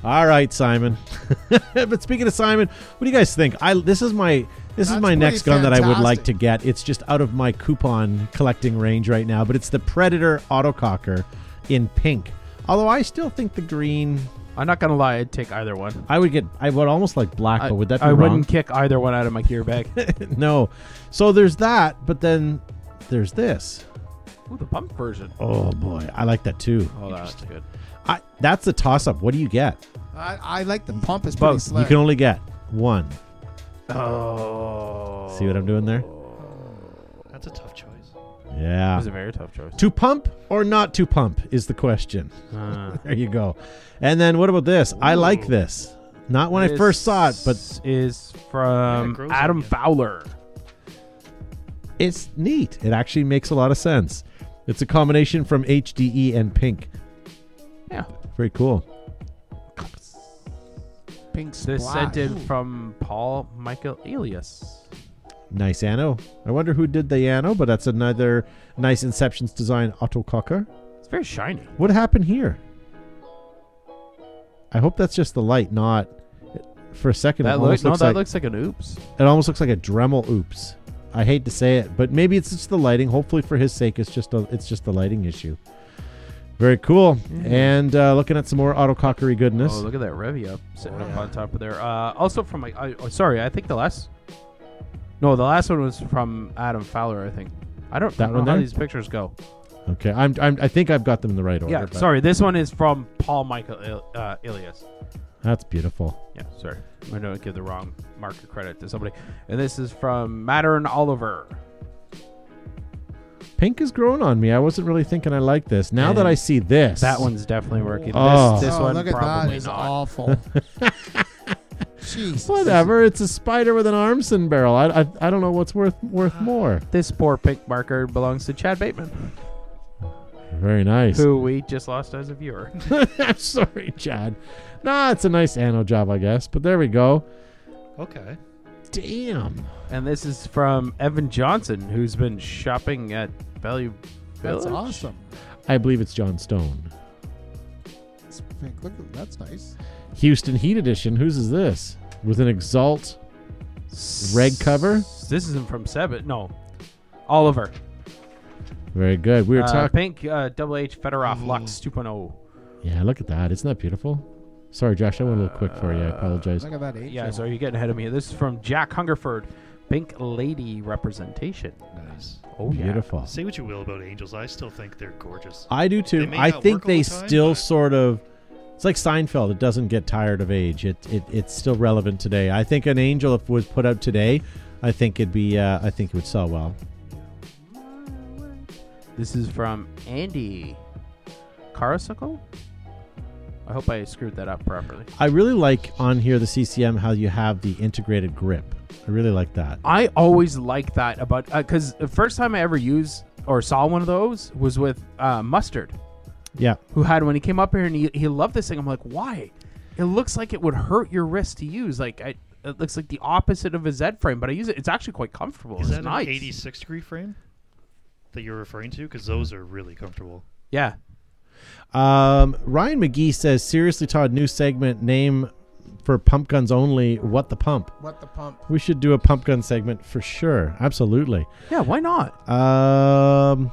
[SPEAKER 1] All right, Simon. <laughs> but speaking of Simon, what do you guys think? I this is my this is
[SPEAKER 3] That's
[SPEAKER 1] my next gun
[SPEAKER 3] pretty
[SPEAKER 1] that I would like
[SPEAKER 3] fantastic.
[SPEAKER 1] to get. It's just out of my coupon collecting range right now, but it's the Predator Autococker in pink. Although I still think the green,
[SPEAKER 2] I'm not gonna lie, I'd take either one.
[SPEAKER 1] I would get. I would almost like black,
[SPEAKER 2] I,
[SPEAKER 1] but would that be
[SPEAKER 2] I
[SPEAKER 1] wrong?
[SPEAKER 2] wouldn't kick either one out of my gear bag.
[SPEAKER 1] <laughs> no. So there's that, but then there's this.
[SPEAKER 2] <laughs> Ooh, the pump version.
[SPEAKER 1] Oh boy, I like that too.
[SPEAKER 2] Oh, that's good.
[SPEAKER 1] I, that's the toss up. What do you get?
[SPEAKER 3] I, I like the pump. It's pretty
[SPEAKER 1] Both.
[SPEAKER 3] slick.
[SPEAKER 1] You can only get one.
[SPEAKER 2] Oh,
[SPEAKER 1] See what I'm doing there?
[SPEAKER 4] That's a tough choice.
[SPEAKER 1] Yeah.
[SPEAKER 2] was a very tough choice.
[SPEAKER 1] To pump or not to pump is the question. <laughs>
[SPEAKER 2] Uh,
[SPEAKER 1] There you go. And then what about this? I like this. Not when I
[SPEAKER 2] this
[SPEAKER 1] first saw it, but
[SPEAKER 2] is
[SPEAKER 4] Yeah, it
[SPEAKER 2] from
[SPEAKER 4] grows on
[SPEAKER 2] Adam
[SPEAKER 4] you.
[SPEAKER 2] Fowler.
[SPEAKER 1] it's neat. It actually makes a lot of sense. It's a combination from HDE and Pink.
[SPEAKER 2] Yeah.
[SPEAKER 1] Very cool.
[SPEAKER 3] Pink
[SPEAKER 2] This
[SPEAKER 3] splash.
[SPEAKER 2] scented from Paul Michael Elias.
[SPEAKER 1] Nice Anno. I wonder who did the Anno, but that's another nice Inception's design, Otto Cocker.
[SPEAKER 2] It's very shiny.
[SPEAKER 1] What happened here? I hope that's just the light, not. For a second, it
[SPEAKER 2] That
[SPEAKER 1] almost
[SPEAKER 2] looks no,
[SPEAKER 1] looks
[SPEAKER 2] that
[SPEAKER 1] like
[SPEAKER 2] looks like an oops.
[SPEAKER 1] It almost looks like a Dremel. Oops, I hate to say it, but maybe it's just the lighting. Hopefully, for his sake, it's just a it's just the lighting issue. Very cool. And uh, looking at some more auto cockery goodness.
[SPEAKER 2] Mm. Oh, look at that Revy up sitting up on top of there. Uh, also from my, I, oh, sorry, I think the last, no, the last one was from Adam Fowler. I think. I don't, I
[SPEAKER 1] That
[SPEAKER 2] don't
[SPEAKER 1] one
[SPEAKER 2] know how
[SPEAKER 1] there?
[SPEAKER 2] these pictures go.
[SPEAKER 1] okay, I'm, I'm I think I've got them in the right order.
[SPEAKER 2] yeah,
[SPEAKER 1] but
[SPEAKER 2] sorry. This one is from Paul Michael Il- uh, Ilias.
[SPEAKER 1] That's beautiful.
[SPEAKER 2] Yeah, sorry. I don't give the wrong marker credit to somebody. And this is from Mattern Oliver.
[SPEAKER 1] Pink is growing on me. I wasn't really thinking I liked this. Now that
[SPEAKER 2] And
[SPEAKER 1] I see this,
[SPEAKER 2] That one's definitely working.
[SPEAKER 1] Oh.
[SPEAKER 2] This, this
[SPEAKER 3] oh,
[SPEAKER 2] one
[SPEAKER 3] look at that.
[SPEAKER 2] probably
[SPEAKER 3] It's
[SPEAKER 2] not. <laughs>
[SPEAKER 3] awful. Jeez.
[SPEAKER 1] whatever. It's a spider with an Armson barrel. I, I I don't know what's worth
[SPEAKER 2] Ah.
[SPEAKER 1] worth more.
[SPEAKER 2] This poor pink marker belongs to Chad Bateman,
[SPEAKER 1] Very nice.
[SPEAKER 2] who we just lost as a viewer.
[SPEAKER 1] <laughs> I'm sorry, Chad. Nah, it's a nice anno job, I guess. But there we go.
[SPEAKER 4] Okay.
[SPEAKER 1] Damn.
[SPEAKER 2] And this is from Evan Johnson, who's been shopping at Value Village.
[SPEAKER 3] That's awesome.
[SPEAKER 1] I believe it's John Stone.
[SPEAKER 3] It's pink. Look, at- that's nice.
[SPEAKER 1] Houston Heat Edition. Whose is this? With an Exalt. Red cover?
[SPEAKER 2] This isn't from Sebit. No. Oliver.
[SPEAKER 1] Very good. We were
[SPEAKER 2] Uh,
[SPEAKER 1] talking.
[SPEAKER 2] Pink uh, Double H Fedorov
[SPEAKER 3] Mm.
[SPEAKER 2] Lux oh. 2.0.
[SPEAKER 1] Yeah, look at that. Isn't that beautiful? Sorry, Josh. I went a little quick for you. Uh, I apologize.
[SPEAKER 3] Look at that eight.
[SPEAKER 2] Yeah, sorry, you're getting ahead of me. This is from Jack Hungerford. Pink Lady representation.
[SPEAKER 4] Nice.
[SPEAKER 2] Oh,
[SPEAKER 1] beautiful.
[SPEAKER 4] Say what you will about angels, I still think they're gorgeous.
[SPEAKER 1] I do
[SPEAKER 4] They
[SPEAKER 1] too.
[SPEAKER 4] may
[SPEAKER 1] I
[SPEAKER 4] not
[SPEAKER 1] think
[SPEAKER 4] work all
[SPEAKER 1] they
[SPEAKER 4] the time,
[SPEAKER 1] still
[SPEAKER 4] but-
[SPEAKER 1] sort of. It's like Seinfeld. It doesn't get tired of age. It, it it's still relevant today. I think an angel if was put out today, I think it'd be. Uh, I think it would sell well.
[SPEAKER 2] This is from Andy Carasicle. I hope I screwed that up properly.
[SPEAKER 1] I really like on here the CCM how you have the integrated grip. I really like that.
[SPEAKER 2] I always like that about because the first time I ever used or saw one of those was with uh, Mustard,
[SPEAKER 1] Yeah.
[SPEAKER 2] who had when he came up here and he, he loved this thing. I'm like, why? It looks like it would hurt your wrist to use. Like I, it looks like the opposite of a Z frame, but I use it. It's actually quite comfortable.
[SPEAKER 4] Is
[SPEAKER 2] it's
[SPEAKER 4] that
[SPEAKER 2] nice.
[SPEAKER 4] an 86 degree frame that you're referring to? Because those are really comfortable.
[SPEAKER 2] Yeah,
[SPEAKER 1] Um, Ryan McGee says, seriously, Todd, new segment name for pump guns only. What the pump?
[SPEAKER 3] What the pump?
[SPEAKER 1] We should do a pump gun segment for sure. Absolutely.
[SPEAKER 2] yeah. Why not?
[SPEAKER 1] Um,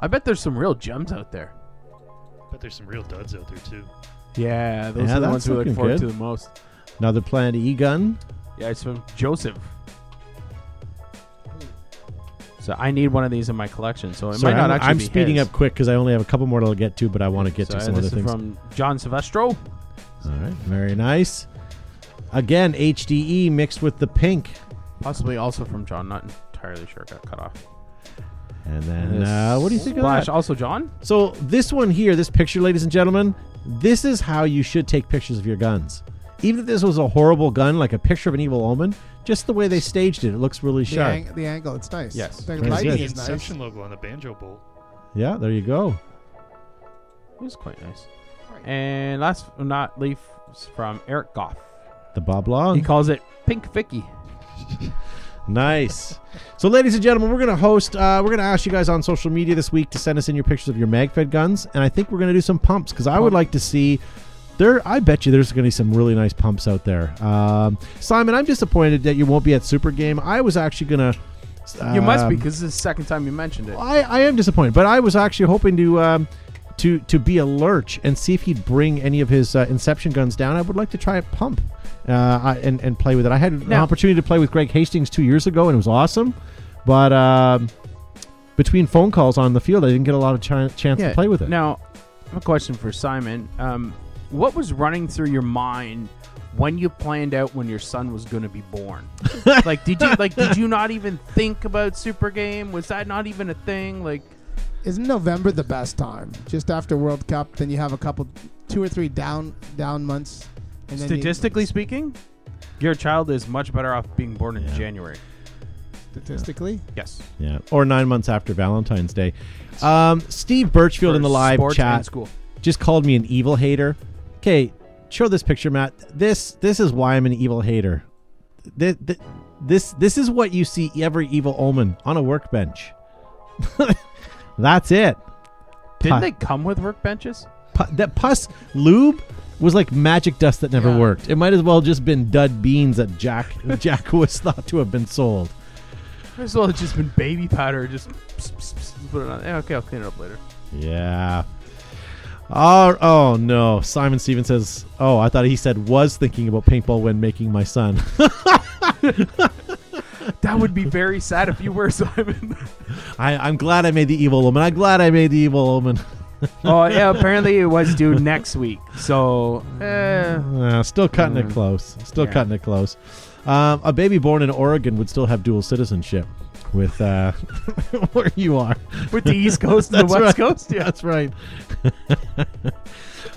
[SPEAKER 2] I bet there's some real gems out there.
[SPEAKER 4] But there's some real duds out there too.
[SPEAKER 2] Yeah,
[SPEAKER 1] those Yeah, are the that's ones we look looking forward good. to
[SPEAKER 2] the most.
[SPEAKER 1] another planned e gun.
[SPEAKER 2] Yeah, it's from Joseph. So I need one of these in my collection. So it
[SPEAKER 1] Sorry,
[SPEAKER 2] might not
[SPEAKER 1] I'm,
[SPEAKER 2] actually
[SPEAKER 1] I'm
[SPEAKER 2] be
[SPEAKER 1] speeding
[SPEAKER 2] his.
[SPEAKER 1] up quick because I only have a couple more to get to, but I want to get
[SPEAKER 2] So,
[SPEAKER 1] to
[SPEAKER 2] uh,
[SPEAKER 1] some
[SPEAKER 2] this
[SPEAKER 1] other
[SPEAKER 2] is
[SPEAKER 1] things.
[SPEAKER 2] from John Silvestro.
[SPEAKER 1] All right, very nice. Again, HDE mixed with the pink,
[SPEAKER 2] Possibly also from John. Not entirely sure. Got cut off.
[SPEAKER 1] and then uh, what do you think of that?
[SPEAKER 2] Splash, Also John.
[SPEAKER 1] So this one here, this picture, ladies and gentlemen, this is how you should take pictures of your guns. Even if this was a horrible gun, like a picture of an evil omen, just the way they staged it, it looks really
[SPEAKER 3] The,
[SPEAKER 1] sharp.
[SPEAKER 3] ang- the angle. It's nice.
[SPEAKER 2] Yes.
[SPEAKER 3] The
[SPEAKER 1] Very
[SPEAKER 3] lighting
[SPEAKER 1] good.
[SPEAKER 4] the
[SPEAKER 3] is nice.
[SPEAKER 4] Inception logo on the banjo bolt.
[SPEAKER 1] Yeah, there you go.
[SPEAKER 2] It was quite nice. And last but not least from Eric Goff.
[SPEAKER 1] The Bob Long.
[SPEAKER 2] He calls it Pink Vicky.
[SPEAKER 1] Nice. So, ladies and gentlemen, we're going to host, uh, we're going to ask you guys on social media this week to send us in your pictures of your MagFed guns. And I think we're going to do some pumps because I would like to see. There, I bet you there's going to be some really nice pumps out there. Um, Simon, I'm disappointed that you won't be at Super Game. I was actually um, going to.
[SPEAKER 2] you must be because this is the second time you mentioned it.
[SPEAKER 1] I, I am disappointed, but I was actually hoping to um, to to be a lurch and see if he'd bring any of his uh, Inception guns down. I would like to try a pump uh, I- and and play with it. I had an
[SPEAKER 2] Now-
[SPEAKER 1] opportunity to play with Greg Hastings two years ago, and it was awesome. But um, between phone calls on the field, I didn't get a lot of ch- chance to play with it.
[SPEAKER 2] Now, I have a question for Simon. Um, what was running through your mind when you planned out when your son was going to be
[SPEAKER 1] <laughs>
[SPEAKER 2] born. like did you like did you not even think about Super Game? Was that not even a thing? Like
[SPEAKER 3] Isn't November the best time? Just after World Cup, then you have a couple, two or three down down months. And then you-
[SPEAKER 2] statistically speaking, your child is much better off being born in January.
[SPEAKER 3] statistically,
[SPEAKER 2] Yes.
[SPEAKER 1] Yeah, or nine months after Valentine's Day. Um, Steve Birchfield in
[SPEAKER 2] For
[SPEAKER 1] the live
[SPEAKER 2] sports and
[SPEAKER 1] chat
[SPEAKER 2] school.
[SPEAKER 1] just called me an evil hater. Okay, show this picture, Matt. This this is why I'm an evil hater. This this, this is what you see every evil omen on a workbench. <laughs> That's it.
[SPEAKER 2] Didn't
[SPEAKER 1] Pi-
[SPEAKER 2] they come with workbenches?
[SPEAKER 1] Pu- that pus lube was like magic dust that never
[SPEAKER 3] Yeah.
[SPEAKER 1] worked. It might as well just been dud beans that Jack <laughs> Jack was thought to have been sold.
[SPEAKER 2] Might as well have just been baby powder. Just pss, pss, pss, put it on. Eh, Okay, I'll clean it up later.
[SPEAKER 1] Yeah. Oh, oh no. Simon Stevens says, "Oh, I thought he said was thinking about paintball when making my son."
[SPEAKER 2] <laughs> That would be very sad if you were Simon.
[SPEAKER 1] I, I'm glad I made the evil woman. I'm glad I made the evil woman.
[SPEAKER 2] <laughs>
[SPEAKER 1] <laughs>
[SPEAKER 2] oh yeah, apparently it was due next week. <laughs> So eh,
[SPEAKER 1] Uh, still cutting it
[SPEAKER 2] Mm.
[SPEAKER 1] close. Still
[SPEAKER 2] Yeah.
[SPEAKER 1] cutting it close. Um, a baby born in Oregon would still have dual citizenship with uh, <laughs> where you are.
[SPEAKER 2] with the East Coast <laughs> and the
[SPEAKER 1] That's
[SPEAKER 2] West
[SPEAKER 1] right.
[SPEAKER 2] Coast,
[SPEAKER 1] <laughs>
[SPEAKER 2] yeah.
[SPEAKER 1] That's right.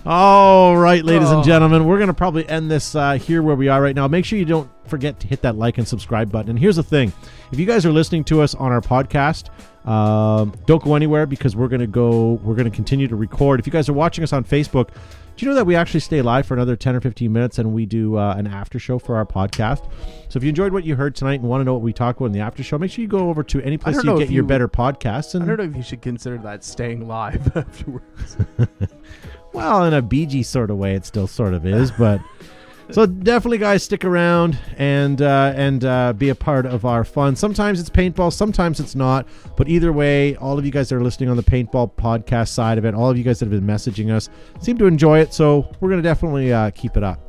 [SPEAKER 1] All right, ladies
[SPEAKER 2] Oh.
[SPEAKER 1] and gentlemen, we're going to probably end this uh, here where we are right now. Make sure you don't forget to hit that like and subscribe button. And here's the thing if you guys are listening to us on our podcast, um, don't go anywhere because we're going to go, we're going to continue to record. If you guys are watching us on Facebook, do you know that we actually stay live for another 10 or 15 minutes and we do uh, an after show for our podcast? So if you enjoyed what you heard tonight and want to know what we talk about in the after show, make sure you go over to any place
[SPEAKER 2] don't
[SPEAKER 1] you
[SPEAKER 2] know
[SPEAKER 1] get
[SPEAKER 2] if
[SPEAKER 1] your
[SPEAKER 2] you-
[SPEAKER 1] better podcasts. And
[SPEAKER 2] I don't know if you should consider that staying live <laughs> afterwards.
[SPEAKER 1] Well, in a BG sort of way, it still sort of is, but so definitely, guys, stick around and uh, and uh, be a part of our fun. Sometimes it's paintball, sometimes it's not, but either way, all of you guys that are listening on the paintball podcast side of it, all of you guys that have been messaging us, seem to enjoy it. So we're gonna definitely uh, keep it up.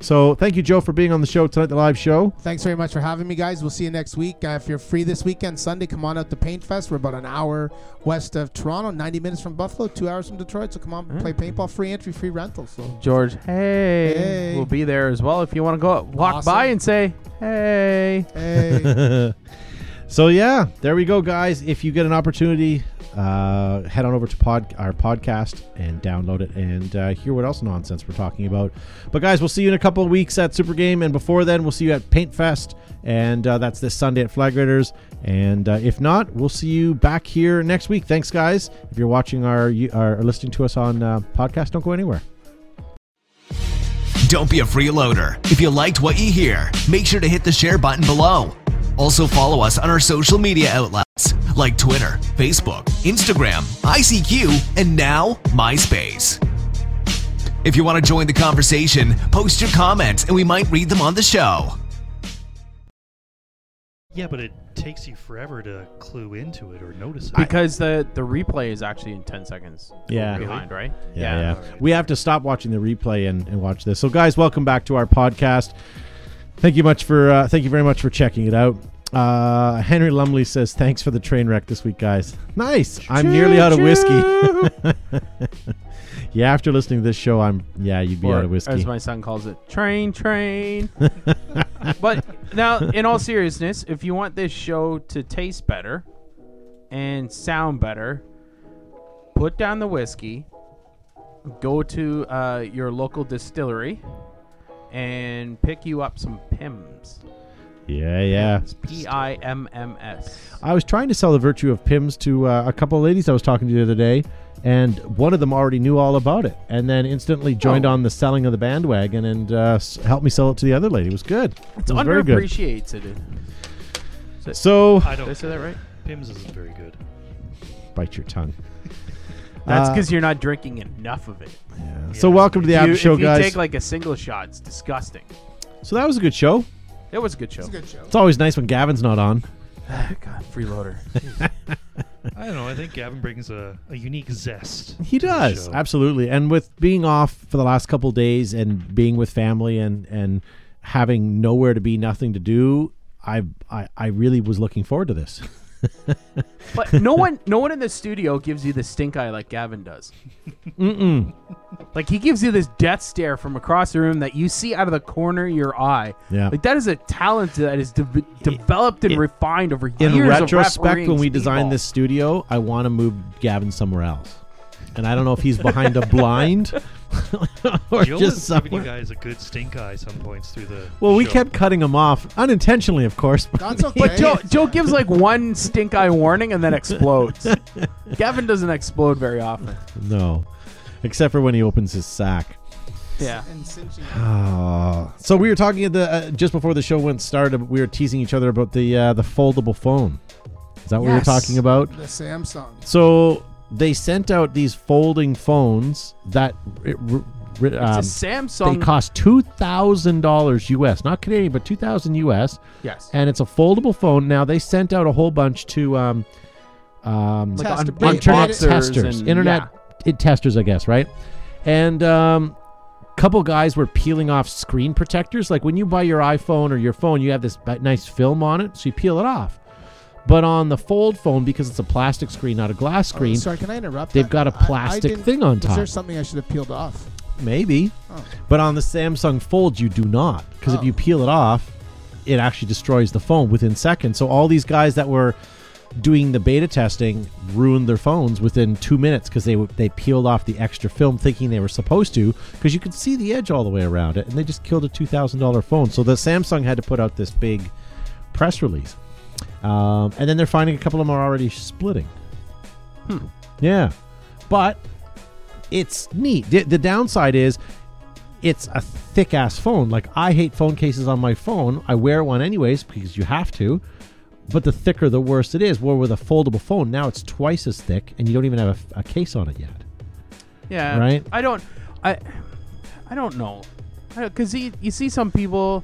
[SPEAKER 1] So thank you, Joe, for being on the show tonight, the live show.
[SPEAKER 3] thanks very much for having me, guys. We'll see you next week. Uh, if you're free this weekend, Sunday, come on out to Paint Fest. We're about an hour west of Toronto, 90 minutes from Buffalo, two hours from Detroit. So come on, play paintball, free entry, free rental. So
[SPEAKER 2] George, hey,
[SPEAKER 3] Hey.
[SPEAKER 2] we'll be there as well if you want to go walk
[SPEAKER 3] Awesome.
[SPEAKER 2] by and say hey.
[SPEAKER 3] hey.
[SPEAKER 1] <laughs> So yeah, there we go, guys. If you get an opportunity, uh, head on over to pod our podcast and download it and uh, hear what else nonsense we're talking about. But guys, we'll see you in a couple of weeks at Super Game, and before then, we'll see you at Paint Fest, and uh, that's this Sunday at Flag Raiders. And uh, if not, we'll see you back here next week. Thanks, guys. If you're watching our you are listening to us on uh, podcast, don't go anywhere.
[SPEAKER 6] Don't be a freeloader. If you liked what you hear, make sure to hit the share button below. Also, follow us on our social media outlets like Twitter, Facebook, Instagram, ICQ, and now MySpace. If you want to join the conversation, post your comments and we might read them on the show.
[SPEAKER 4] Yeah, but it takes you forever to clue into it or notice it.
[SPEAKER 2] Because the the replay is actually in ten seconds.
[SPEAKER 1] Yeah.
[SPEAKER 2] behind right.
[SPEAKER 1] yeah, yeah. We have to stop watching the replay and, and watch this. So, guys, welcome back to our podcast. Thank you much for uh, thank you very much for checking it out. Uh, Henry Lumley says thanks for the train wreck this week, guys. Nice. I'm nearly out of whiskey. <laughs> yeah, after listening to this show, I'm yeah, you'd be
[SPEAKER 2] Or,
[SPEAKER 1] out of whiskey.
[SPEAKER 2] as my son calls it,
[SPEAKER 1] <laughs>
[SPEAKER 2] train train. but now, in all seriousness, if you want this show to taste better and sound better, put down the whiskey, go to uh, your local distillery, and pick you up some Pims.
[SPEAKER 1] yeah, yeah.
[SPEAKER 2] It's P I M M S.
[SPEAKER 1] I was trying to sell the virtue of Pims to uh, a couple of ladies I was talking to the other day, and one of them already knew all about it, and then instantly joined
[SPEAKER 2] Oh.
[SPEAKER 1] on the selling of the bandwagon and uh, s- helped me sell it to the other lady. It was good.
[SPEAKER 2] It's
[SPEAKER 1] it was very good.
[SPEAKER 2] underappreciated. Did
[SPEAKER 1] So
[SPEAKER 4] I don't.
[SPEAKER 2] I say that right?
[SPEAKER 4] Pims isn't very
[SPEAKER 1] <laughs>
[SPEAKER 4] good.
[SPEAKER 1] bite your tongue.
[SPEAKER 2] That's
[SPEAKER 1] Uh,
[SPEAKER 2] because you're not drinking enough of it.
[SPEAKER 1] So welcome to the
[SPEAKER 2] You-
[SPEAKER 1] after show,
[SPEAKER 2] if you
[SPEAKER 1] guys.
[SPEAKER 2] take like a single shot, it's disgusting.
[SPEAKER 1] so that was a good show.
[SPEAKER 2] It was a good show.
[SPEAKER 3] Good show.
[SPEAKER 1] It's always nice when Gavin's not on.
[SPEAKER 2] God, freeloader.
[SPEAKER 4] I don't know. I think Gavin brings a, a unique zest.
[SPEAKER 1] He
[SPEAKER 4] to the
[SPEAKER 1] does
[SPEAKER 4] show.
[SPEAKER 1] absolutely, and with being off for the last couple days and being with family and and
[SPEAKER 4] <laughs>
[SPEAKER 1] having nowhere to be, nothing to do, I I, I really was looking forward to this.
[SPEAKER 2] <laughs> But no one, no one in the studio gives you the stink eye like Gavin does.
[SPEAKER 1] Mm-mm.
[SPEAKER 2] Like he gives you this death stare from across the room that you see out of the corner of your eye.
[SPEAKER 1] Yeah.
[SPEAKER 2] Like that is a talent that is de- developed and refined over years.
[SPEAKER 1] In
[SPEAKER 2] of
[SPEAKER 1] retrospect,
[SPEAKER 2] refereeing
[SPEAKER 1] when we designed
[SPEAKER 2] speedball.
[SPEAKER 1] this studio, I want to move Gavin somewhere else. And I don't know if he's behind
[SPEAKER 4] <laughs>
[SPEAKER 1] a blind or
[SPEAKER 4] Jill
[SPEAKER 1] just
[SPEAKER 4] was giving you
[SPEAKER 1] somewhere.
[SPEAKER 4] guys a good stink eye some points through the.
[SPEAKER 1] Well, we
[SPEAKER 4] show.
[SPEAKER 1] kept cutting him off unintentionally, of course. <laughs> But
[SPEAKER 3] That's okay.
[SPEAKER 2] But <laughs> Joe, Joe gives like one stink eye warning and
[SPEAKER 1] <laughs>
[SPEAKER 2] then explodes. Gavin doesn't explode very often.
[SPEAKER 1] no, except for when he opens his sack.
[SPEAKER 2] Yeah.
[SPEAKER 3] and cinching.
[SPEAKER 1] Ah. so we were talking at the uh, just before the show went started. We were teasing each other about the uh, the foldable phone. Is that what we were
[SPEAKER 3] Yes.
[SPEAKER 1] talking about?
[SPEAKER 3] The Samsung.
[SPEAKER 1] So they sent out these folding phones that it, r- r- um,
[SPEAKER 2] it's a
[SPEAKER 1] they
[SPEAKER 2] Samsung.
[SPEAKER 1] cost two thousand dollars US, not Canadian, but two thousand US,
[SPEAKER 2] yes.
[SPEAKER 3] Oh,
[SPEAKER 1] and it's a foldable phone. Now they sent out a whole bunch to um, um,
[SPEAKER 3] Like Test-
[SPEAKER 2] on-
[SPEAKER 3] bait
[SPEAKER 1] internet
[SPEAKER 2] boxers
[SPEAKER 1] testers,
[SPEAKER 2] and-
[SPEAKER 1] internet it testers, I guess, right? And um, couple guys were peeling off screen protectors. Like when you buy your iPhone or your phone, you have this ba- nice film on it, so you peel it off. But on the fold phone, because it's a plastic screen, not a glass screen,
[SPEAKER 3] Sorry, can I interrupt?
[SPEAKER 1] They've
[SPEAKER 3] that?
[SPEAKER 1] got a
[SPEAKER 3] I- I
[SPEAKER 1] plastic
[SPEAKER 3] didn't-
[SPEAKER 1] thing on top.
[SPEAKER 3] Was there something I should have peeled off?
[SPEAKER 1] maybe.
[SPEAKER 3] Oh.
[SPEAKER 1] But on the Samsung Fold, you do not, because
[SPEAKER 3] Oh.
[SPEAKER 1] if you peel it off, it actually destroys the phone within seconds. So all these guys that were doing the beta testing ruined their phones within two minutes because they w- they peeled off the extra film, thinking they were supposed to, because you could see the edge all the way around it, and they just killed a two thousand dollar phone. So the Samsung had to put out this big press release, um, and then they're finding a couple of them are already splitting.
[SPEAKER 3] Hmm.
[SPEAKER 1] Yeah, but it's neat. The, the downside is it's a thick ass phone. Like I hate phone cases on my phone. I wear one anyways because you have to. But the thicker, the worse it is. Where with a foldable phone, now it's twice as thick, and you don't even have a, a case on it yet.
[SPEAKER 2] Yeah.
[SPEAKER 1] Right?
[SPEAKER 2] I don't. I. I don't know. Because you, you see some people.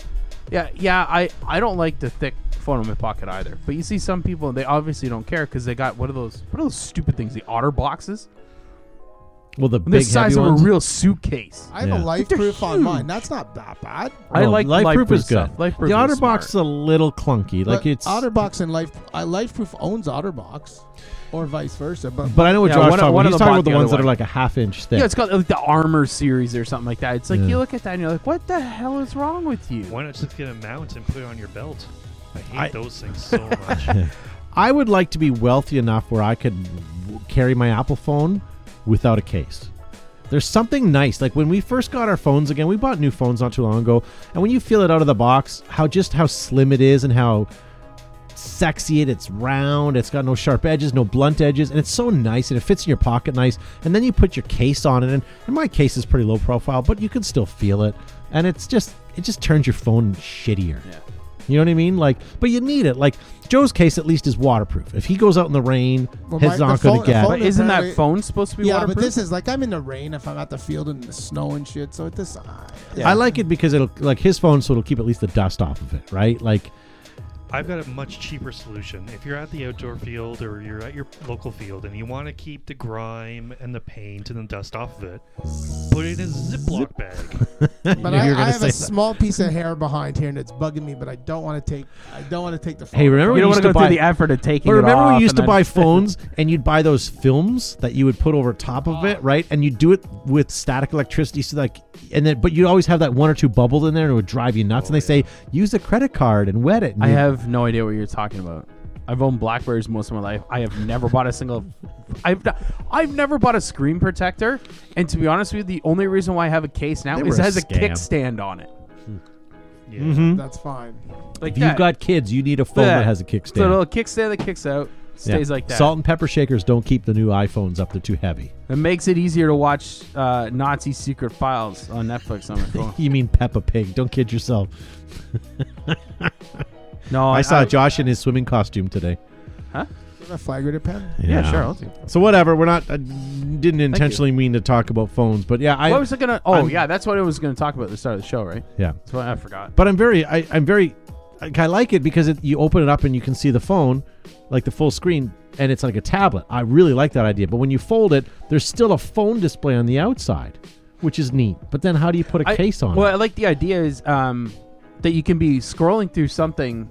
[SPEAKER 2] Yeah. Yeah. I. I don't like the thick phone in my pocket either. But you see some people and they obviously don't care because they got what are those? What are those stupid things? The otter boxes.
[SPEAKER 1] Well, the
[SPEAKER 2] And
[SPEAKER 1] big
[SPEAKER 2] the size
[SPEAKER 1] heavy
[SPEAKER 2] of a
[SPEAKER 1] ones.
[SPEAKER 2] real suitcase.
[SPEAKER 3] I have
[SPEAKER 1] Yeah.
[SPEAKER 3] a life
[SPEAKER 2] they're
[SPEAKER 3] proof on mine.
[SPEAKER 2] huge.
[SPEAKER 3] That's not that bad.
[SPEAKER 2] I like the
[SPEAKER 1] Oh, life proof
[SPEAKER 2] LifeProof
[SPEAKER 1] is good.
[SPEAKER 2] stuff. LifeProof
[SPEAKER 1] the
[SPEAKER 2] is
[SPEAKER 1] OtterBox is
[SPEAKER 2] smart.
[SPEAKER 1] a little clunky. Like
[SPEAKER 3] But
[SPEAKER 1] it's
[SPEAKER 3] OtterBox and Life. I, life Proof owns OtterBox, or vice versa. But,
[SPEAKER 1] But I know what
[SPEAKER 2] Yeah,
[SPEAKER 1] Josh
[SPEAKER 2] one of-
[SPEAKER 1] talking about.
[SPEAKER 2] one
[SPEAKER 1] He's
[SPEAKER 2] of
[SPEAKER 1] talking
[SPEAKER 2] them bought
[SPEAKER 1] about the
[SPEAKER 2] the
[SPEAKER 1] ones
[SPEAKER 2] other
[SPEAKER 1] that are
[SPEAKER 2] one.
[SPEAKER 1] like a half inch thick.
[SPEAKER 2] Yeah, it's called like the armor series or something like that. It's like
[SPEAKER 1] Yeah.
[SPEAKER 2] you look at that and you're like, what the hell is wrong with you?
[SPEAKER 4] Why not just get a mount and put it on your belt? I hate
[SPEAKER 1] I- <laughs>
[SPEAKER 4] those things so much.
[SPEAKER 1] I would like to be wealthy enough where I could w- carry my Apple phone without a case. There's something nice. Like when we first got our phones again, we bought new phones not too long ago, and when you feel it out of the box, how just how slim it is and how sexy it it's round it's got no sharp edges no blunt edges and it's so nice and it fits in your pocket nice and then you put your case on it and, and my case is pretty low profile but you can still feel it and it's just it just turns your phone shittier you know what I mean? Like, but you need it. Like Joe's case, at least, is waterproof. If he goes out in the rain,
[SPEAKER 3] Well,
[SPEAKER 1] his
[SPEAKER 3] my-
[SPEAKER 1] not
[SPEAKER 3] the
[SPEAKER 1] going
[SPEAKER 3] phone-
[SPEAKER 1] to
[SPEAKER 3] the
[SPEAKER 1] get.
[SPEAKER 3] phone-
[SPEAKER 2] But isn't
[SPEAKER 3] Apparently-
[SPEAKER 2] that phone supposed to be
[SPEAKER 3] yeah,
[SPEAKER 2] waterproof?
[SPEAKER 3] but this is like I'm in the rain if I'm at the field and the snow and shit. So it this. I-
[SPEAKER 1] I like it because it'll like his phone, so it'll keep at least the dust off of it, right? Like,
[SPEAKER 4] I've got a much cheaper solution. If you're at the outdoor field or you're at your local field and you want to keep the grime and the paint and the dust off of it, put it in a
[SPEAKER 1] <laughs>
[SPEAKER 4] Ziploc bag.
[SPEAKER 3] But
[SPEAKER 1] knew
[SPEAKER 3] I,
[SPEAKER 1] you were gonna
[SPEAKER 3] I have
[SPEAKER 1] say
[SPEAKER 3] a
[SPEAKER 1] that.
[SPEAKER 3] small piece of hair behind here, and it's bugging me. But I don't want to take. I don't want to take the. Phone
[SPEAKER 1] hey, remember
[SPEAKER 2] you
[SPEAKER 1] we
[SPEAKER 2] don't
[SPEAKER 1] used
[SPEAKER 2] want to
[SPEAKER 1] to
[SPEAKER 2] go
[SPEAKER 1] buy?
[SPEAKER 2] through the effort of taking
[SPEAKER 1] but
[SPEAKER 2] it
[SPEAKER 1] remember
[SPEAKER 2] off
[SPEAKER 1] we used
[SPEAKER 2] and
[SPEAKER 1] to
[SPEAKER 2] then- <laughs>
[SPEAKER 1] buy phones, and you'd buy those films that you would put over top of it, right? And you'd do it with static electricity, so like, and then but you'd always have that one or two bubbles in there, and it would drive you nuts. and they say use a credit card and wet it. And
[SPEAKER 2] Oh, I
[SPEAKER 1] you-
[SPEAKER 2] have no idea what you're talking about. I've owned Blackberries most of my life. I have never bought a single. <laughs> I've not, I've never bought a screen protector, and to be honest with you, the only reason why I have a case now
[SPEAKER 1] They
[SPEAKER 2] is
[SPEAKER 1] were
[SPEAKER 2] it
[SPEAKER 1] a
[SPEAKER 2] has a
[SPEAKER 1] scam.
[SPEAKER 2] kickstand on it.
[SPEAKER 4] Yeah.
[SPEAKER 1] Mm-hmm.
[SPEAKER 3] That's fine.
[SPEAKER 2] Like
[SPEAKER 1] If you've
[SPEAKER 2] that.
[SPEAKER 1] got kids, you need a phone that has a kickstand.
[SPEAKER 2] So little kickstand that kicks out,
[SPEAKER 1] Yeah.
[SPEAKER 2] stays like that.
[SPEAKER 1] Salt and pepper shakers don't keep the new iPhones up; they're too heavy.
[SPEAKER 2] It makes it easier to watch uh, Nazi secret files on Netflix on
[SPEAKER 1] <laughs>
[SPEAKER 2] my phone.
[SPEAKER 1] You mean Peppa Pig? Don't kid yourself.
[SPEAKER 2] No,
[SPEAKER 1] I saw Josh in his swimming costume today.
[SPEAKER 3] You want a flagrated pen?
[SPEAKER 2] Yeah, sure. I'll do.
[SPEAKER 1] So whatever. We're not. I didn't intentionally mean to talk about phones, but yeah, I.
[SPEAKER 2] What was I gonna? Oh
[SPEAKER 1] I'm-
[SPEAKER 2] yeah, that's what I was gonna talk about at the start of the show, right?
[SPEAKER 1] yeah,
[SPEAKER 2] That's what I forgot.
[SPEAKER 1] but I'm very. I, I'm very. like, I like it because it, you open it up and you can see the phone, like the full screen, and it's like a tablet. I really like that idea. But when you fold it, there's still a phone display on the outside, which is neat. But then how do you put a
[SPEAKER 2] I-
[SPEAKER 1] case on
[SPEAKER 2] Well,
[SPEAKER 1] it?
[SPEAKER 2] I like the idea is um, that you can be scrolling through something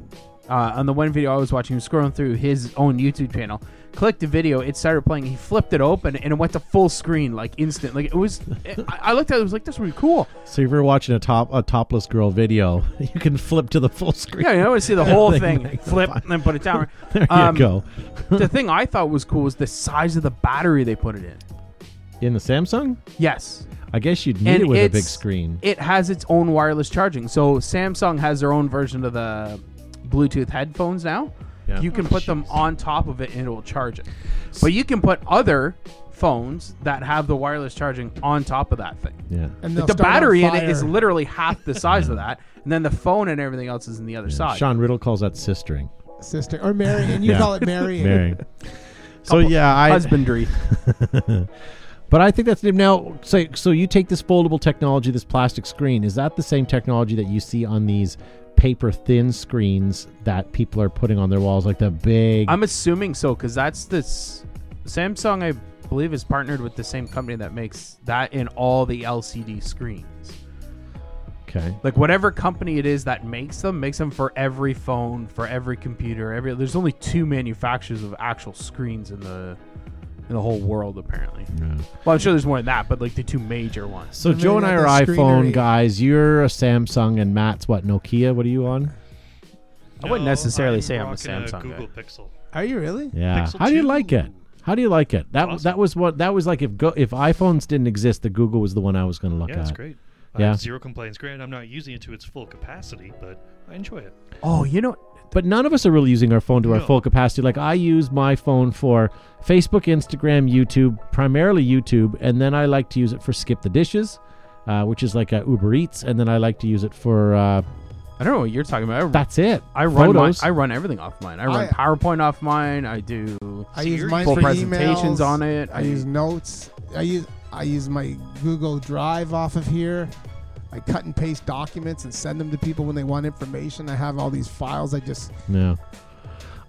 [SPEAKER 2] Uh, on the one video I was watching, he was scrolling through his own YouTube channel, clicked the video, it started playing, he flipped it open, and it went to full screen, like instant. Like it was, I, I looked at it, I was like, this would be cool.
[SPEAKER 1] So if you're watching a top a topless girl video, <laughs> you can flip to the full screen.
[SPEAKER 2] Yeah, you know, I want to see the whole
[SPEAKER 1] Like,
[SPEAKER 2] thing,
[SPEAKER 1] like, <laughs>
[SPEAKER 2] flip,
[SPEAKER 1] fine.
[SPEAKER 2] and then put it down.
[SPEAKER 1] <laughs> There you
[SPEAKER 2] Um,
[SPEAKER 1] go.
[SPEAKER 2] the thing I thought was cool was the size of the battery they put it in.
[SPEAKER 1] In the Samsung,
[SPEAKER 2] Yes.
[SPEAKER 1] I guess you'd need it with a big
[SPEAKER 2] it's-
[SPEAKER 1] screen.
[SPEAKER 2] It has its own wireless charging. So Samsung has their own version of the Bluetooth headphones now.
[SPEAKER 1] Yeah.
[SPEAKER 2] You can put them on top of it and it will charge it. But you can put other phones that have the wireless charging on top of that thing.
[SPEAKER 1] yeah.
[SPEAKER 3] And
[SPEAKER 2] Like,
[SPEAKER 3] they'll
[SPEAKER 2] the
[SPEAKER 3] start on
[SPEAKER 2] battery in it is
[SPEAKER 3] fire.
[SPEAKER 2] literally half the size of that, and then the phone and everything else is in the other side.
[SPEAKER 1] Sean Riddle calls that sistering.
[SPEAKER 3] sister or Mary,
[SPEAKER 1] <laughs>
[SPEAKER 3] and you
[SPEAKER 1] Yeah.
[SPEAKER 3] call it Mary.
[SPEAKER 1] <laughs> Mary. So yeah, I
[SPEAKER 2] Husbandry.
[SPEAKER 1] but I think that's now. So so you take this foldable technology, this plastic screen. Is that the same technology that you see on these paper thin screens that people are putting on their walls, like the big?
[SPEAKER 2] I'm assuming so because that's this Samsung. I believe is partnered with the same company that makes that in all the LCD screens.
[SPEAKER 1] okay.
[SPEAKER 2] Like whatever company it is that makes them, makes them for every phone, for every computer, every. There's only two manufacturers of actual screens in the in the whole world apparently. Well, I'm sure there's more than that, but like the two major ones.
[SPEAKER 1] So
[SPEAKER 3] And
[SPEAKER 1] Joe
[SPEAKER 3] they
[SPEAKER 1] and I
[SPEAKER 3] got
[SPEAKER 1] are
[SPEAKER 3] that screen
[SPEAKER 1] iPhone
[SPEAKER 3] area.
[SPEAKER 1] guys. You're a Samsung, and Matt's what? Nokia. What are you on?
[SPEAKER 2] I wouldn't necessarily say I'm a
[SPEAKER 4] rocking
[SPEAKER 2] Samsung
[SPEAKER 4] Google
[SPEAKER 2] guy.
[SPEAKER 4] Pixel.
[SPEAKER 3] Are you really?
[SPEAKER 1] Yeah.
[SPEAKER 4] Pixel
[SPEAKER 1] How do you
[SPEAKER 4] 2.
[SPEAKER 1] like it? How do you like it? That
[SPEAKER 4] Awesome.
[SPEAKER 1] that was what that was like. If go, if iPhones didn't exist, the Google was the one I was going to look
[SPEAKER 4] Yeah,
[SPEAKER 1] at.
[SPEAKER 4] it's great. I
[SPEAKER 1] Yeah.
[SPEAKER 4] have zero complaints. Granted, I'm not using it to its full capacity, but I enjoy it.
[SPEAKER 2] Oh, you know,
[SPEAKER 1] But none of us are really using our phone to our
[SPEAKER 4] No.
[SPEAKER 1] full capacity. Like I use my phone for Facebook, Instagram, YouTube, primarily YouTube, and then I like to use it for skip the dishes, uh, which is like uh, Uber Eats, and then I like to use it for uh,
[SPEAKER 2] I don't know what you're talking about. I,
[SPEAKER 1] that's it.
[SPEAKER 2] I run mine,
[SPEAKER 1] photos.
[SPEAKER 2] I run everything off mine. I run
[SPEAKER 3] I-
[SPEAKER 2] PowerPoint off mine. I do
[SPEAKER 3] I use
[SPEAKER 4] Serious?
[SPEAKER 3] mine
[SPEAKER 2] full
[SPEAKER 3] for
[SPEAKER 2] presentations
[SPEAKER 3] emails.
[SPEAKER 2] on it.
[SPEAKER 3] I use notes. I use I use my Google Drive off of here. I cut and paste documents and send them to people when they want information. I have all these files. I just
[SPEAKER 1] No.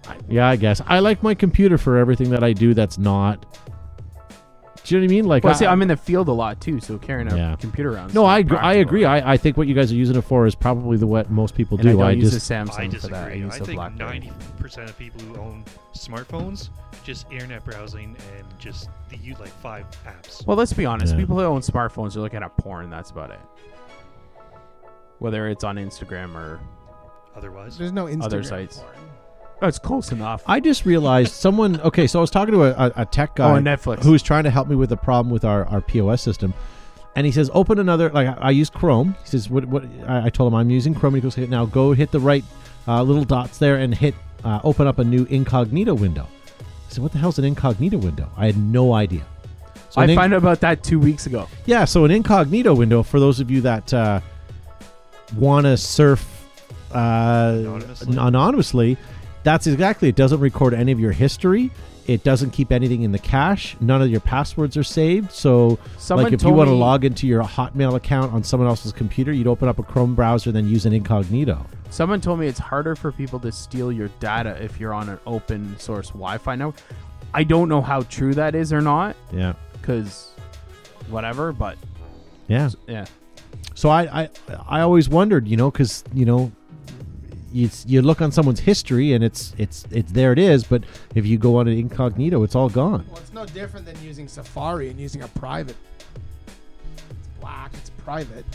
[SPEAKER 1] I- Yeah, I guess I like my computer for everything that I do. That's not. Do you know what I mean? Like,
[SPEAKER 2] Well,
[SPEAKER 1] I-
[SPEAKER 2] see, I'm in the field a lot too, so carrying a
[SPEAKER 1] Yeah.
[SPEAKER 2] computer around. is
[SPEAKER 1] no,
[SPEAKER 2] not
[SPEAKER 1] I agree, I
[SPEAKER 2] practical.
[SPEAKER 1] agree. I, I think what you guys are using it for is probably the what most people
[SPEAKER 2] And I
[SPEAKER 1] do.
[SPEAKER 2] don't use
[SPEAKER 1] just
[SPEAKER 2] a Samsung
[SPEAKER 4] I
[SPEAKER 2] for
[SPEAKER 4] disagree.
[SPEAKER 2] that. I use a
[SPEAKER 4] think
[SPEAKER 2] BlackBerry.
[SPEAKER 4] 90% of people who own smartphones just internet browsing and just they use like five apps.
[SPEAKER 2] Well, let's be honest.
[SPEAKER 1] Yeah.
[SPEAKER 2] People who own smartphones are looking at porn. That's about it. Whether it's on Instagram or
[SPEAKER 4] Otherwise,
[SPEAKER 3] there's no Instagram.
[SPEAKER 2] Other sites.
[SPEAKER 3] for it.
[SPEAKER 2] oh, it's close enough.
[SPEAKER 1] I just realized someone. Okay, so I was talking to a, a, a tech guy
[SPEAKER 2] Oh, on Netflix.
[SPEAKER 1] who was trying to help me with a problem with our, our POS system, and he says, "Open another." Like I, I use Chrome. He says, "What?" What? I, I told him I'm using Chrome. And he goes, "Okay, "Now go hit the right uh, little dots there and hit uh, open up a new incognito window." I said, "What the hell's an incognito window?" I had no idea. So
[SPEAKER 2] I
[SPEAKER 1] an inc-
[SPEAKER 2] found out about that two weeks ago.
[SPEAKER 1] yeah, so an incognito window for those of you that uh, want to surf uh,
[SPEAKER 4] Anonymously?
[SPEAKER 1] anonymously. anonymously. That's exactly. It doesn't record any of your history. It doesn't keep anything in the cache. None of your passwords are saved. So,
[SPEAKER 2] Someone
[SPEAKER 1] like, if you
[SPEAKER 2] told
[SPEAKER 1] want to
[SPEAKER 2] me-
[SPEAKER 1] log into your Hotmail account on someone else's computer, you'd open up a Chrome browser, then use an incognito.
[SPEAKER 2] Someone told me it's harder for people to steal your data if you're on an open source Wi-Fi network. I don't know how true that is or not,
[SPEAKER 1] Yeah,
[SPEAKER 2] because whatever. But
[SPEAKER 1] yeah.
[SPEAKER 2] yeah,
[SPEAKER 1] So I, I, I always wondered, you know, because you know, you you look on someone's history and it's it's it's there it is, but if you go on an incognito, it's all gone.
[SPEAKER 3] Well, it's no different than using Safari and using a private. It's black. It's private.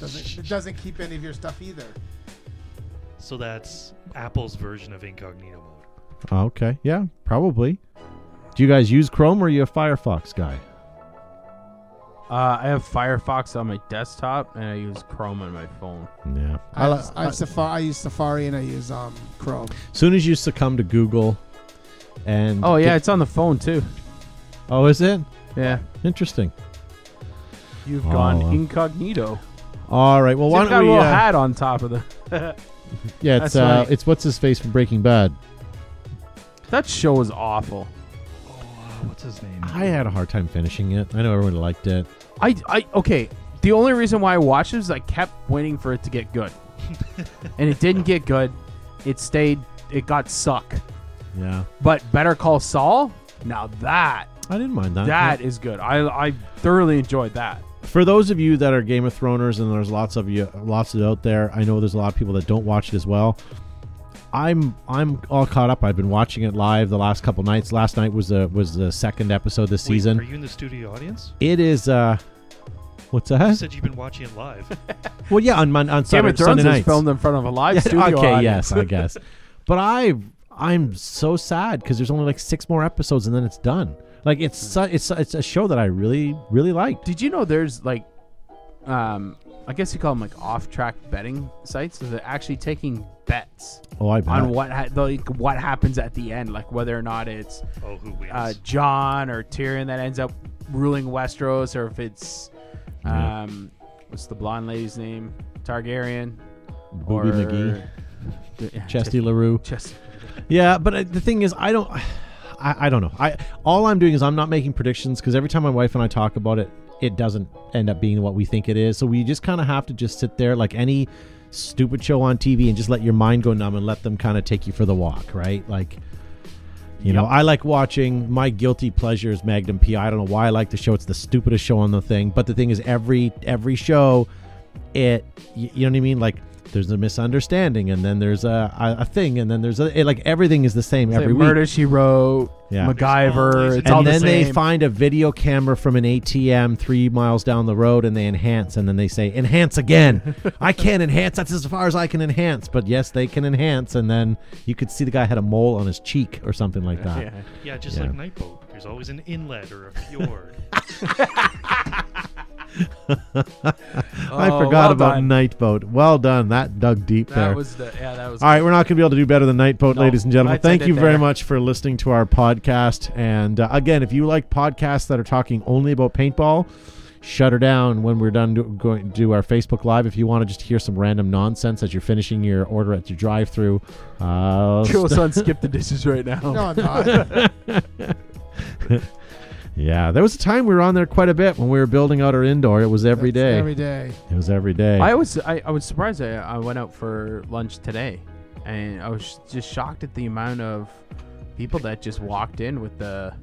[SPEAKER 3] Doesn't it doesn't keep any of your stuff either.
[SPEAKER 4] so that's Apple's version of incognito mode.
[SPEAKER 1] Oh, Okay, yeah, probably. Do you guys use Chrome or are you a Firefox guy?
[SPEAKER 2] uh, I have Firefox on my desktop and I use Chrome on my phone.
[SPEAKER 1] Yeah.
[SPEAKER 3] I, have, I
[SPEAKER 1] uh,
[SPEAKER 3] have Safari. I use Safari and I use um Chrome.
[SPEAKER 1] As soon as you succumb to Google, and
[SPEAKER 2] Oh yeah, it's on the phone too.
[SPEAKER 1] oh, is it
[SPEAKER 2] Yeah,
[SPEAKER 1] interesting?
[SPEAKER 2] you've
[SPEAKER 1] Oh,
[SPEAKER 2] gone
[SPEAKER 1] wow.
[SPEAKER 2] incognito.
[SPEAKER 1] All right. Well, why
[SPEAKER 2] Well, got
[SPEAKER 1] don't
[SPEAKER 2] a
[SPEAKER 1] we?
[SPEAKER 2] little
[SPEAKER 1] uh,
[SPEAKER 2] hat on top of the.
[SPEAKER 1] yeah, it's
[SPEAKER 2] That's
[SPEAKER 1] uh,
[SPEAKER 2] right.
[SPEAKER 1] it's what's his face from Breaking Bad.
[SPEAKER 2] That show was awful.
[SPEAKER 4] Oh, uh, what's his name?
[SPEAKER 1] I had a hard time finishing it. I know everyone liked it.
[SPEAKER 2] I, I okay. The only reason why I watched it is I kept waiting for it to get good, and it didn't get good. It stayed. It got suck.
[SPEAKER 1] Yeah,
[SPEAKER 2] But Better Call Saul. Now that
[SPEAKER 1] I didn't mind that.
[SPEAKER 2] that is good. I I thoroughly enjoyed that.
[SPEAKER 1] for those of you that are Game of Throners, and there's lots of you, lots of out there. I know there's a lot of people that don't watch it as well. I'm I'm all caught up. I've been watching it live the last couple nights. Last night was the was the second episode this
[SPEAKER 4] Wait,
[SPEAKER 1] season.
[SPEAKER 4] are you in the studio audience?
[SPEAKER 1] it is uh, what's
[SPEAKER 4] You
[SPEAKER 1] that?
[SPEAKER 4] said you've been watching it live.
[SPEAKER 1] Well, yeah, on Mon- on
[SPEAKER 2] Game
[SPEAKER 1] Saturday,
[SPEAKER 2] of Thrones
[SPEAKER 1] Sunday
[SPEAKER 2] is
[SPEAKER 1] nights.
[SPEAKER 2] filmed in front of a live
[SPEAKER 1] Yeah,
[SPEAKER 2] studio
[SPEAKER 1] okay,
[SPEAKER 2] audience.
[SPEAKER 1] yes,
[SPEAKER 2] <laughs>
[SPEAKER 1] I guess. But I I'm so sad because there's only like six more episodes and then it's done. Like it's su- it's su- it's a show that I really really liked.
[SPEAKER 2] Did you know there's like, um, I guess you call them like off-track betting sites. So they're actually taking bets
[SPEAKER 1] Oh, I bet.
[SPEAKER 2] on what ha- like what happens at the end, like whether or not it's
[SPEAKER 4] oh, who wins?
[SPEAKER 2] uh, John or Tyrion that ends up ruling Westeros, or if it's um, what's the blonde lady's name, Targaryen,
[SPEAKER 1] Booby McGee.
[SPEAKER 2] Yeah,
[SPEAKER 1] Chesty Larue.
[SPEAKER 2] Chesty.
[SPEAKER 1] Yeah, but uh, the thing is, I don't, I, I don't know. I all I'm doing is I'm not making predictions because every time my wife and I talk about it, it doesn't end up being what we think it is. So we just kind of have to just sit there like any stupid show on TV and just let your mind go numb and let them kind of take you for the walk, right? Like. You know, I like watching my guilty pleasure is Magnum PI. I don't know why I like the show. It's the stupidest show on the thing. But the thing is, every every show, it y- you know what I mean. Like there's a misunderstanding, and then there's a a, a thing, and then there's a it, like everything is the same
[SPEAKER 2] It's
[SPEAKER 1] every
[SPEAKER 2] like
[SPEAKER 1] week.
[SPEAKER 2] Murder She Wrote,
[SPEAKER 1] Yeah.
[SPEAKER 2] MacGyver. It's all
[SPEAKER 1] and
[SPEAKER 2] the
[SPEAKER 1] then they
[SPEAKER 2] same.
[SPEAKER 1] find a video camera from an ATM three miles down the road, and they enhance, and then they say enhance again.
[SPEAKER 2] <laughs>
[SPEAKER 1] I can't enhance. That's as far as I can enhance. But yes, they can enhance, and then you could see the guy had a mole on his cheek or something like that.
[SPEAKER 2] <laughs> Yeah.
[SPEAKER 4] yeah, just
[SPEAKER 1] yeah.
[SPEAKER 4] like Nightboat. There's always an inlet or a fjord.
[SPEAKER 1] I
[SPEAKER 2] Oh,
[SPEAKER 1] forgot
[SPEAKER 2] well
[SPEAKER 1] about
[SPEAKER 2] done.
[SPEAKER 1] Nightboat. Well done. That dug deep there.
[SPEAKER 2] That was the yeah. That was
[SPEAKER 1] All right, we're not going to be able to do better than Nightboat,
[SPEAKER 2] No,
[SPEAKER 1] ladies and gentlemen.
[SPEAKER 2] I'd send
[SPEAKER 1] Thank
[SPEAKER 2] it
[SPEAKER 1] you very
[SPEAKER 2] there.
[SPEAKER 1] much for listening to our podcast. And uh, again, if you like podcasts that are talking only about paintball, shut her down when we're done do, going do our Facebook Live. If you want to just hear some random nonsense as you're finishing your order at your drive-through, uh,
[SPEAKER 2] <laughs> Kill son, skip the dishes right
[SPEAKER 1] Oh.
[SPEAKER 2] now. <laughs>
[SPEAKER 3] No, I'm not.
[SPEAKER 1] yeah, there was a time we were on there quite a bit when we were building out our indoor. It was <laughs> every
[SPEAKER 3] That's
[SPEAKER 1] day.
[SPEAKER 3] Every day.
[SPEAKER 1] It was every day.
[SPEAKER 2] I was I, I was surprised. I, I went out for lunch today, and I was just shocked at the amount of people that just walked in with the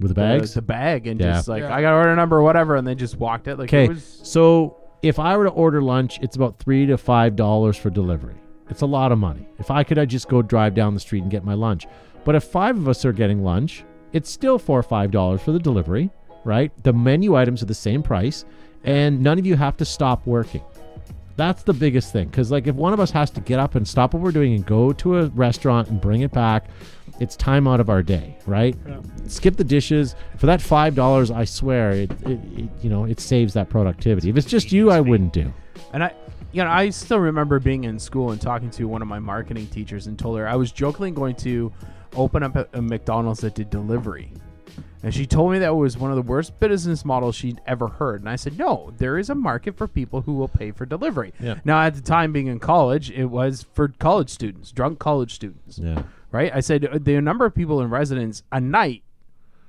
[SPEAKER 1] with the bags.
[SPEAKER 2] the, the bag, and
[SPEAKER 1] Yeah.
[SPEAKER 2] just like
[SPEAKER 3] Yeah.
[SPEAKER 2] I got order number whatever, and they just walked it. Like
[SPEAKER 1] Okay,
[SPEAKER 2] it was
[SPEAKER 1] so if I were to order lunch, it's about three to five dollars for delivery. It's a lot of money. If I could, I just go drive down the street and get my lunch. But if five of us are getting lunch, it's still four or five dollars for the delivery, right? The menu items are the same price, and none of you have to stop working. That's the biggest thing. Because, like, if one of us has to get up and stop what we're doing and go to a restaurant and bring it back, it's time out of our day, right? Skip the dishes. For that $5, I swear, it, it, it you know, it saves that productivity. If it's just you, I wouldn't do.
[SPEAKER 2] And I, you know, I still remember being in school and talking to one of my marketing teachers and told her I was jokingly going to open up a, a McDonald's that did delivery. And she told me that was one of the worst business models she'd ever heard. And I said, no, there is a market for people who will pay for delivery.
[SPEAKER 1] Yeah.
[SPEAKER 2] Now, at the time being in college, it was for college students, drunk college students.
[SPEAKER 1] Yeah.
[SPEAKER 2] Right? I said, uh, the number of people in residence a night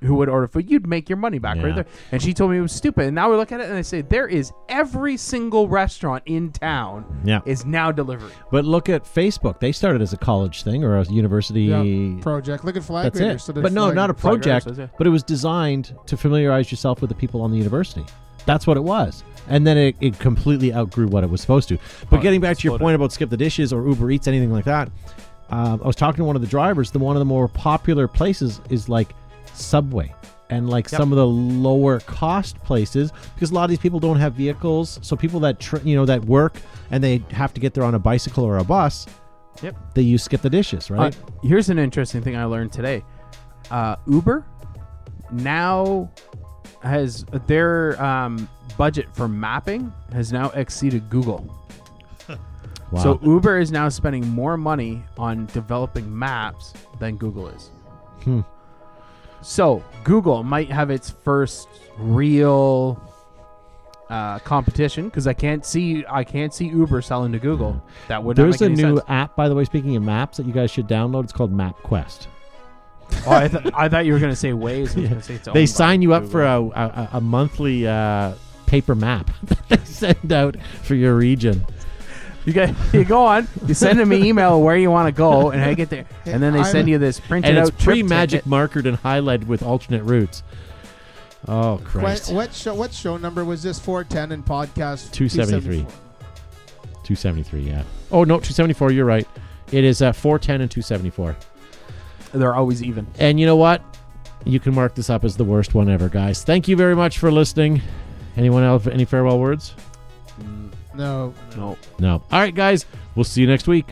[SPEAKER 2] who would order food, you'd make your money back
[SPEAKER 1] Yeah.
[SPEAKER 2] right there. And she told me it was stupid. And now we look at it and I say, there is every single restaurant in town
[SPEAKER 1] Yeah.
[SPEAKER 2] is now delivery.
[SPEAKER 1] But look at Facebook. They started as a college thing or a university.
[SPEAKER 3] Yeah, project. Look at flag
[SPEAKER 1] That's
[SPEAKER 3] grader.
[SPEAKER 1] it.
[SPEAKER 3] So there's
[SPEAKER 1] But no,
[SPEAKER 3] flag-
[SPEAKER 1] not a
[SPEAKER 2] flag
[SPEAKER 1] project.
[SPEAKER 2] graders, that's it.
[SPEAKER 1] But it was designed to familiarize yourself with the people on the university. That's what it was. And then it, it completely outgrew what it was supposed to. But getting back to your point about skip the dishes or Uber Eats, anything like that, um, I was talking to one of the drivers. The one of the more popular places is like Subway and like some of the lower cost places because a lot of these people don't have vehicles. So people that tr- you know that work and they have to get there on a bicycle or a bus,
[SPEAKER 2] Yep.
[SPEAKER 1] they use skip the dishes, right?
[SPEAKER 2] Uh, here's an interesting thing I learned today. Uh, Uber now has their um, budget for mapping has now exceeded Google.
[SPEAKER 1] wow.
[SPEAKER 2] So Uber is now spending more money on developing maps than Google is.
[SPEAKER 1] Hmm.
[SPEAKER 2] So Google might have its first real uh, competition because I can't see I can't see Uber selling to Google. That would
[SPEAKER 1] There's
[SPEAKER 2] not
[SPEAKER 1] a
[SPEAKER 2] make any
[SPEAKER 1] new
[SPEAKER 2] sense.
[SPEAKER 1] app, by the way. Speaking of maps, that you guys should download. It's called MapQuest. <laughs>
[SPEAKER 2] Oh, I, th- I thought you were going to say Waze. I was gonna say it's owned by
[SPEAKER 1] They sign you up
[SPEAKER 2] Oh Google.
[SPEAKER 1] for a, a, a monthly uh, paper map <laughs> that they send out for your region.
[SPEAKER 2] You get you go on. You send them an email where you want to go, and I get there, and then they
[SPEAKER 3] I'm-
[SPEAKER 2] send you this printed
[SPEAKER 1] And it's
[SPEAKER 2] out trip
[SPEAKER 1] pre magic
[SPEAKER 2] ticket.
[SPEAKER 1] markered and highlighted with alternate routes. Oh,
[SPEAKER 3] What,
[SPEAKER 1] Christ.
[SPEAKER 3] what show? What show number was this? Four ten and podcast
[SPEAKER 1] 273.
[SPEAKER 3] 274.
[SPEAKER 1] 273, yeah. Oh, no, 274, you're right. It is uh, 410 and 274.
[SPEAKER 5] They're always even.
[SPEAKER 1] And you know what? You can mark this up as the worst one ever, guys. Thank you very much for listening. Anyone else? Any farewell words?
[SPEAKER 3] No.
[SPEAKER 1] No. All right, guys. We'll see you next week.